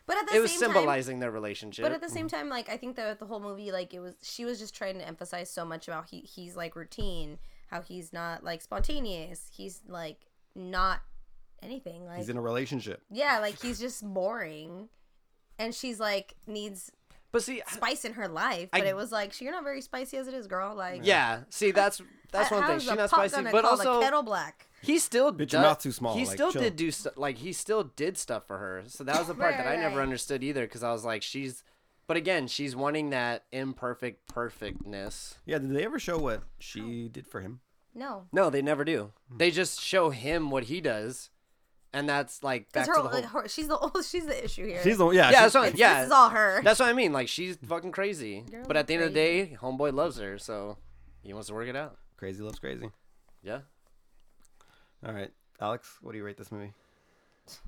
But at the
it was
same time,
symbolizing their relationship.
but at the same time, like I think that the whole movie, like it was, she was just trying to emphasize so much about he he's like routine, how he's not like spontaneous, he's like not anything. Like
He's in a relationship.
yeah, like he's just boring, and she's like needs
but see,
spice in her life.
I-
But it was like she, you're not very spicy as it is, girl. Like
yeah, see that's that's
how-
one
how
thing.
is
She's
a
not
pot
spicy,
gonna
but
call a
also
kettle black.
he still
Bitch,
did.
you're not too small,
He
like,
still
chill.
did do stu- like he still did stuff for her. So that was the part
Right,
that I never
right.
understood either because I was like, she's. But again, she's wanting that imperfect perfectness.
Yeah. Did they ever show what she did for him?
No,
No, they never do. Mm-hmm. They just show him what he does, and that's like back
because
to
her,
the whole.
like, her, she's the old, she's the issue here.
She's the one. Yeah.
yeah,
she-
that's what,
It's-
yeah,
this is all her.
That's what I mean. Like she's fucking crazy.
Girl,
but at the end of the
crazy.
day, homeboy loves her, so he wants to work it out.
crazy loves crazy.
Yeah.
All right, Alex, what do you rate this movie?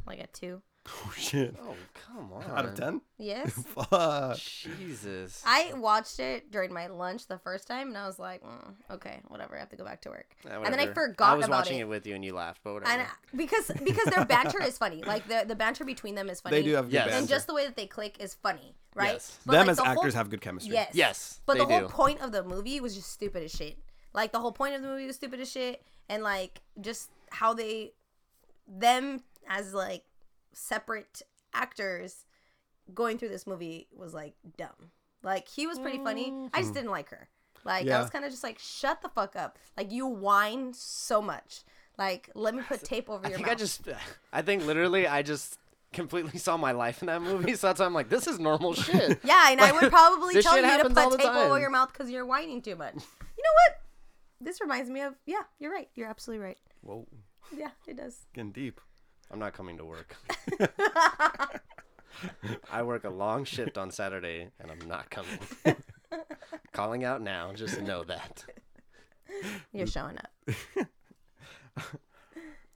like a two.
Oh shit.
Oh come on.
Out of ten?
Yes.
Fuck.
Jesus.
I watched it during my lunch the first time, and I was like, mm, okay, whatever. I have to go back to work.
Eh,
and then I
whatever.
forgot
I was
about
watching
it.
it. with you and you laughed, but whatever.
and I- because because their banter is funny, like the the banter between them is funny.
They do have good
Yes.
banter.
and just the way that they click is funny, right?
Yes.
But,
Them
like,
as
the whole-
actors have good chemistry.
yes,
Yes,
But the
they
whole
do.
point of the movie was just stupid as shit. Like the whole point of the movie was stupid as shit, and like just how they them as like separate actors going through this movie was like dumb. Like he was pretty funny. I
Mm.
just didn't like her. Like I
Yeah.
was kind of just like, shut the fuck up. Like you whine so much. Like let me put tape over
I
your
think
mouth.
I just, I think literally I just completely saw my life in that movie. So that's why I'm like, this is normal shit.
Yeah, and I would
Like,
probably
this
tell
shit
you to
happens all the
put tape over
time.
your mouth because you're whining too much. You know what? This reminds me of yeah. You're right. You're absolutely right.
Whoa.
Yeah, it does.
Getting deep.
I'm not coming to work. I work a long shift on Saturday, and I'm not coming. Calling out now. Just know that.
You're showing up.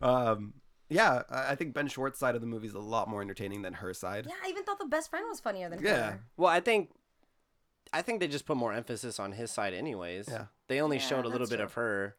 Um yeah, I I think Ben Schwartz's side of the movie is a lot more entertaining than her side.
Yeah, I even thought the best friend was funnier than
Yeah.
her.
Well, I think, I think they just put more emphasis on his side, anyways.
Yeah.
They only
Yeah,
showed a little
that's
bit
true.
of her.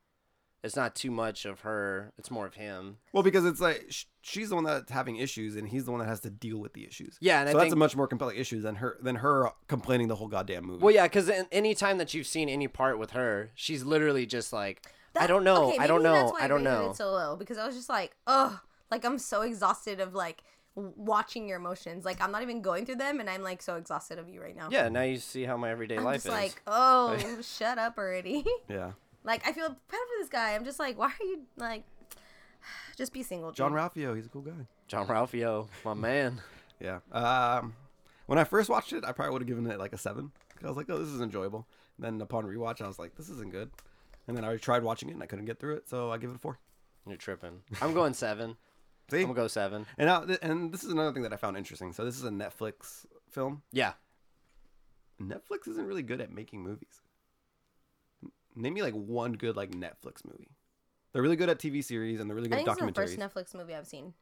It's not too much of her. It's more of him.
Well, because it's like sh- she's the one that's having issues, and he's the one that has to deal with the issues.
Yeah, and I
so that's
think-
a much more compelling issue than her than her complaining the whole goddamn movie.
Well, yeah, because any time that you've seen any part with her, she's literally just like, I don't know,
okay,
I don't
maybe that's
know,
why
I don't
rated it
know.
So low because I was just like, ugh, like I'm so exhausted of like w- watching your emotions. Like I'm not even going through them, and I'm like so exhausted of you right now.
yeah, now you see how my everyday
I'm
life
just
is.
like, oh, shut up already.
yeah.
like I feel bad for this guy. I'm just like, why are you like, just be single.
John
dude.
Ralphio, he's a cool guy.
John Ralphio, my man.
Yeah. Um, when I first watched it, I probably would have given it like a seven. 'Cause I was like, oh, this is enjoyable. And then upon rewatch, I was like, this isn't good. And then I tried watching it and I couldn't get through it, so I give it a four.
You're tripping. I'm going seven.
See,
I'm gonna go seven.
and now, th- and this is another thing that I found interesting. So this is a Netflix film.
Yeah.
Netflix isn't really good at making movies. N- Name me like one good like Netflix movie. They're really good at TV series and they're really
I
good at
think it's the
documentaries.
first Netflix movie I've seen.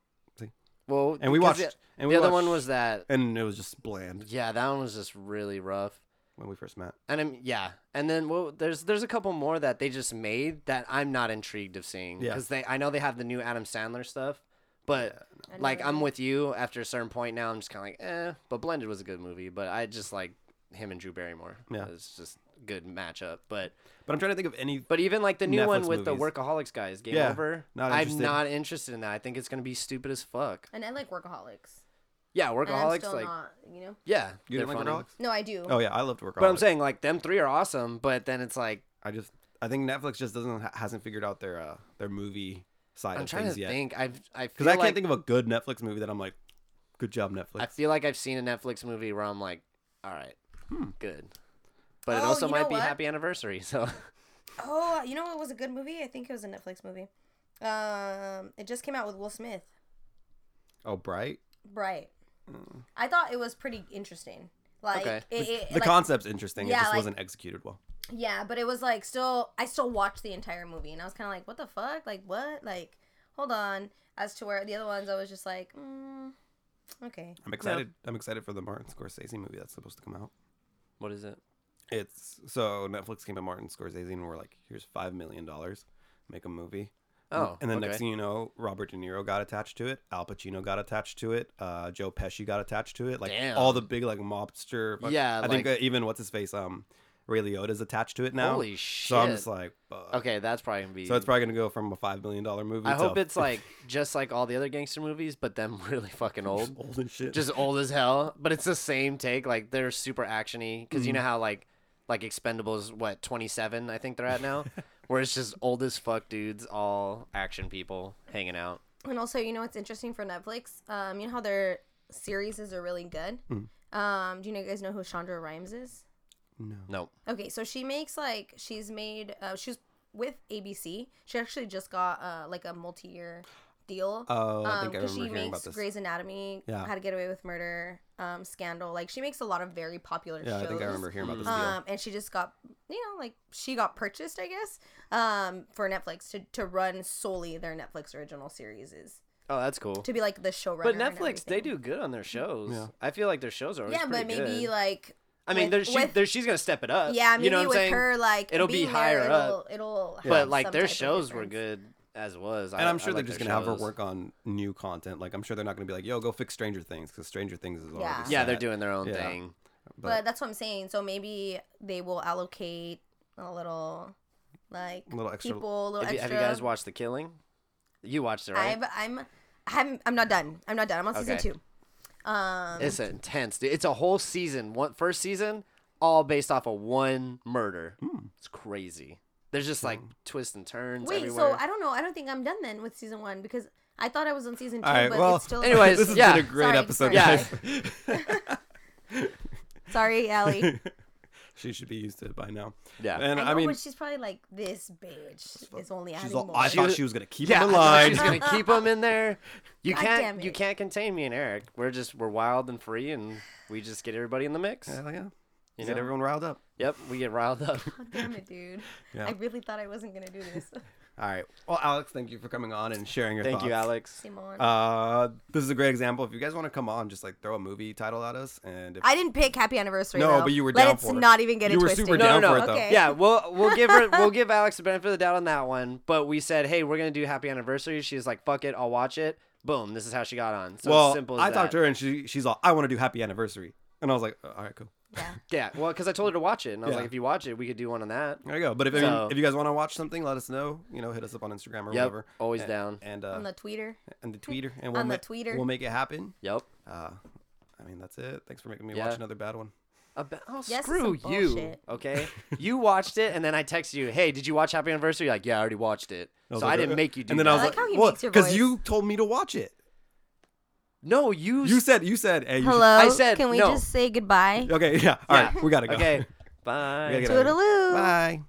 Well,
And we
because
watched-
The,
and we
the other one
watched-
was that.
and it was just bland
Yeah, that one was just really rough.
when we first met.
And I'm yeah. And then well, there's there's a couple more that they just made that I'm not intrigued of seeing
Yeah.
because they I know they have the new Adam Sandler stuff, but
I
like
never
I'm
did.
with you after a certain point now I'm just kind of like eh. But Blended was a good movie, but I just like him and Drew Barrymore.
Yeah.
it's just good matchup. But
But I'm trying to think of any.
but even like the new one
Netflix
with the
movies.
workaholics guys, Game
Yeah,
Over.
not
I'm
interested.
not interested in that. I think it's gonna be stupid as fuck.
And I like workaholics.
Yeah,
And I'm
workaholics
still
like
not, you know.
yeah,
You
they're
didn't like
funny.
Workaholics?
No, I do.
Oh yeah, I loved Workaholics.
But I'm saying like them three are awesome, but then it's like
I just I think Netflix just doesn't ha- hasn't figured out their uh their movie side
I'm
of
trying
things
to
yet.
think. I've I feel
Because I
like
can't think of a good Netflix movie that I'm like, good job Netflix.
I feel like I've seen a Netflix movie where I'm like, all right,
Hmm.
good. But it
Oh,
also
you
might
know
be
what?
happy anniversary. So
Oh, you know what was a good movie? I think it was a Netflix movie. Um, it just came out with Will Smith.
oh, Bright.
Bright. I thought it was pretty interesting. Like
Okay.
it, it,
Hmm. The
like-
concept's interesting.
yeah,
it just
like-
wasn't executed well.
yeah, but it was like still. I still watched the entire movie, and I was kind of like, "What the fuck? Like what? Like hold on." As to where the other ones, I was just like, mm, "Okay."
I'm excited. I'm excited for the Martin Scorsese movie that's supposed to come out.
what is it?
It's so Netflix came to Martin Scorsese and we're like, here's five million dollars, make a movie.
Oh,
and then
okay.
next thing you know, Robert De Niro got attached to it. Al Pacino got attached to it. Uh, Joe Pesci got attached to it. Like
Damn.
all the big like mobster. fuck-
Yeah,
I think uh,
like-
even what's his face, um, Ray Liotta's attached to it now.
Holy
So I'm
shit.
just like, fuck.
Okay, that's probably gonna be.
So it's probably gonna go from a five million dollar movie.
I
to
hope
a-
it's like just like all the other gangster movies, but them really fucking old,
old and shit.
just old as hell. But it's the same take. Like they're super actiony because
Mm-hmm.
you know how like like Expendables what 27 I think they're at now, where it's just old as fuck dudes, all action people hanging out.
And also, you know what's interesting for Netflix? Um, you know how their series are really good.
Hmm.
Um, do you know you guys know who Chandra Rhimes is?
no.
Nope.
Okay, so she makes like she's made uh she was with ABC. She actually just got uh like a multi year deal.
Oh, I
Um,
think I
'cause
remember
she
hearing about
makes
this.
Grey's Anatomy,
Yeah.
How to Get Away with Murder, um, Scandal. Like she makes a lot of very popular
Yeah,
shows.
I think I remember hearing about this deal.
Um, and she just got, you know, like she got purchased, I guess, um, for Netflix to, to run solely their Netflix original series.
Oh, that's cool.
to be like the showrunner.
But
and
Netflix, they
everything.
do good on their shows.
Yeah.
I feel like their shows are always
Yeah, but
pretty
maybe
good.
like
I mean,
with-
there's she,
with-
there's she's gonna step it up.
yeah, maybe
you know what I'm
with
saying?
her like
It'll be
being there,
higher
it'll, It'll have
but like
some
their
type of
shows were
difference.
good as was.
And I'm sure they're just
going
gonna
to
have her work on new content. Like I'm sure they're not gonna be like, "Yo, go fix Stranger Things," because Stranger Things is already
Yeah.
Yeah, they're
set.
doing their own
Yeah.
thing.
But, that's what I'm saying. So maybe they will allocate a little, like
A little extra-
people, a little
Have you,
extra.
have you guys watched The Killing? You watched it, right?
I've, I'm, I'm, I'm not done. I'm not done. I'm on season
Okay.
two. Um,
It's intense. Dude. It's a whole season. One first season, all based off of one murder.
Hmm.
It's crazy. There's just like twists and turns
wait,
everywhere.
so I don't know. I don't think I'm done then with season one because I thought I was on season two,
All right.
but
well,
it's still.
Anyways,
this has
yeah.
been a great
Sorry,
episode,
sorry.
guys.
sorry, Allie.
she should be used to it by now.
Yeah.
and
I,
I,
know,
mean,
but she's probably like this bitch is only adding
she's all,
more.
I
She
thought
was-
she was gonna keep
yeah,
him
I thought she
alive.
was gonna keep them in there. You
God damn
can't, you
it.
can't contain me and Eric. We're just, we're wild and free, and we just get everybody in the mix.
Hell yeah. You
know?
get everyone riled up.
Yep, we get riled up.
God damn it, dude!
Yeah.
I really thought I wasn't gonna do this.
All right. Well, Alex, thank you for coming on and sharing your
Thank
thoughts.
you, Alex.
Simone.
Uh, this is a great example. If you guys want to come on, just like throw a movie title at us, and if
I didn't pick Happy Anniversary.
No,
though.
but you were
Let's
down for it.
not even get
You
it
were
twisted.
super
No,
down
no,
for
no.
it, though.
Okay.
Yeah, we'll we'll give her we'll give Alex the benefit of the doubt on that one. But we said, hey, we're gonna do happy anniversary. She's like, fuck it, I'll watch it. Boom, this is how she got on. So
well,
it's simple as
I
that.
talked to her and she she's all, I want to do happy anniversary, and I was like, all right, cool,
Yeah.
Yeah, well, because I told her to watch it, and I was
Yeah.
like, if you watch it, we could do one on that.
there you go. But if I mean,
So-
if you guys want to watch something, let us know. You know, hit us up on Instagram or
Yep,
whatever.
always
and,
down.
And uh,
on the tweeter.
and the tweeter, and we'll
on the
ma-
tweeter.
we'll make it happen.
Yep.
Uh, I mean, that's it. Thanks for making me
Yeah.
watch another bad one.
A ba- oh,
Yes, it's
screw
some
you.
bullshit.
Okay, you watched it, and then I texted you, hey, did you watch happy anniversary? You're like, yeah, I already watched it.
was
so
like,
I didn't
uh,
make you do.
And then
that.
I was
I
like,
like how he
well,
makes your
because
voice.
you told me to watch it.
no, you.
You said you said, hey, you should-
Hello.
I said
Can we
no.
just say goodbye?
Okay, yeah. All right, we gotta go.
Okay, bye.
We gotta get out of here.
Toodaloo.
Bye.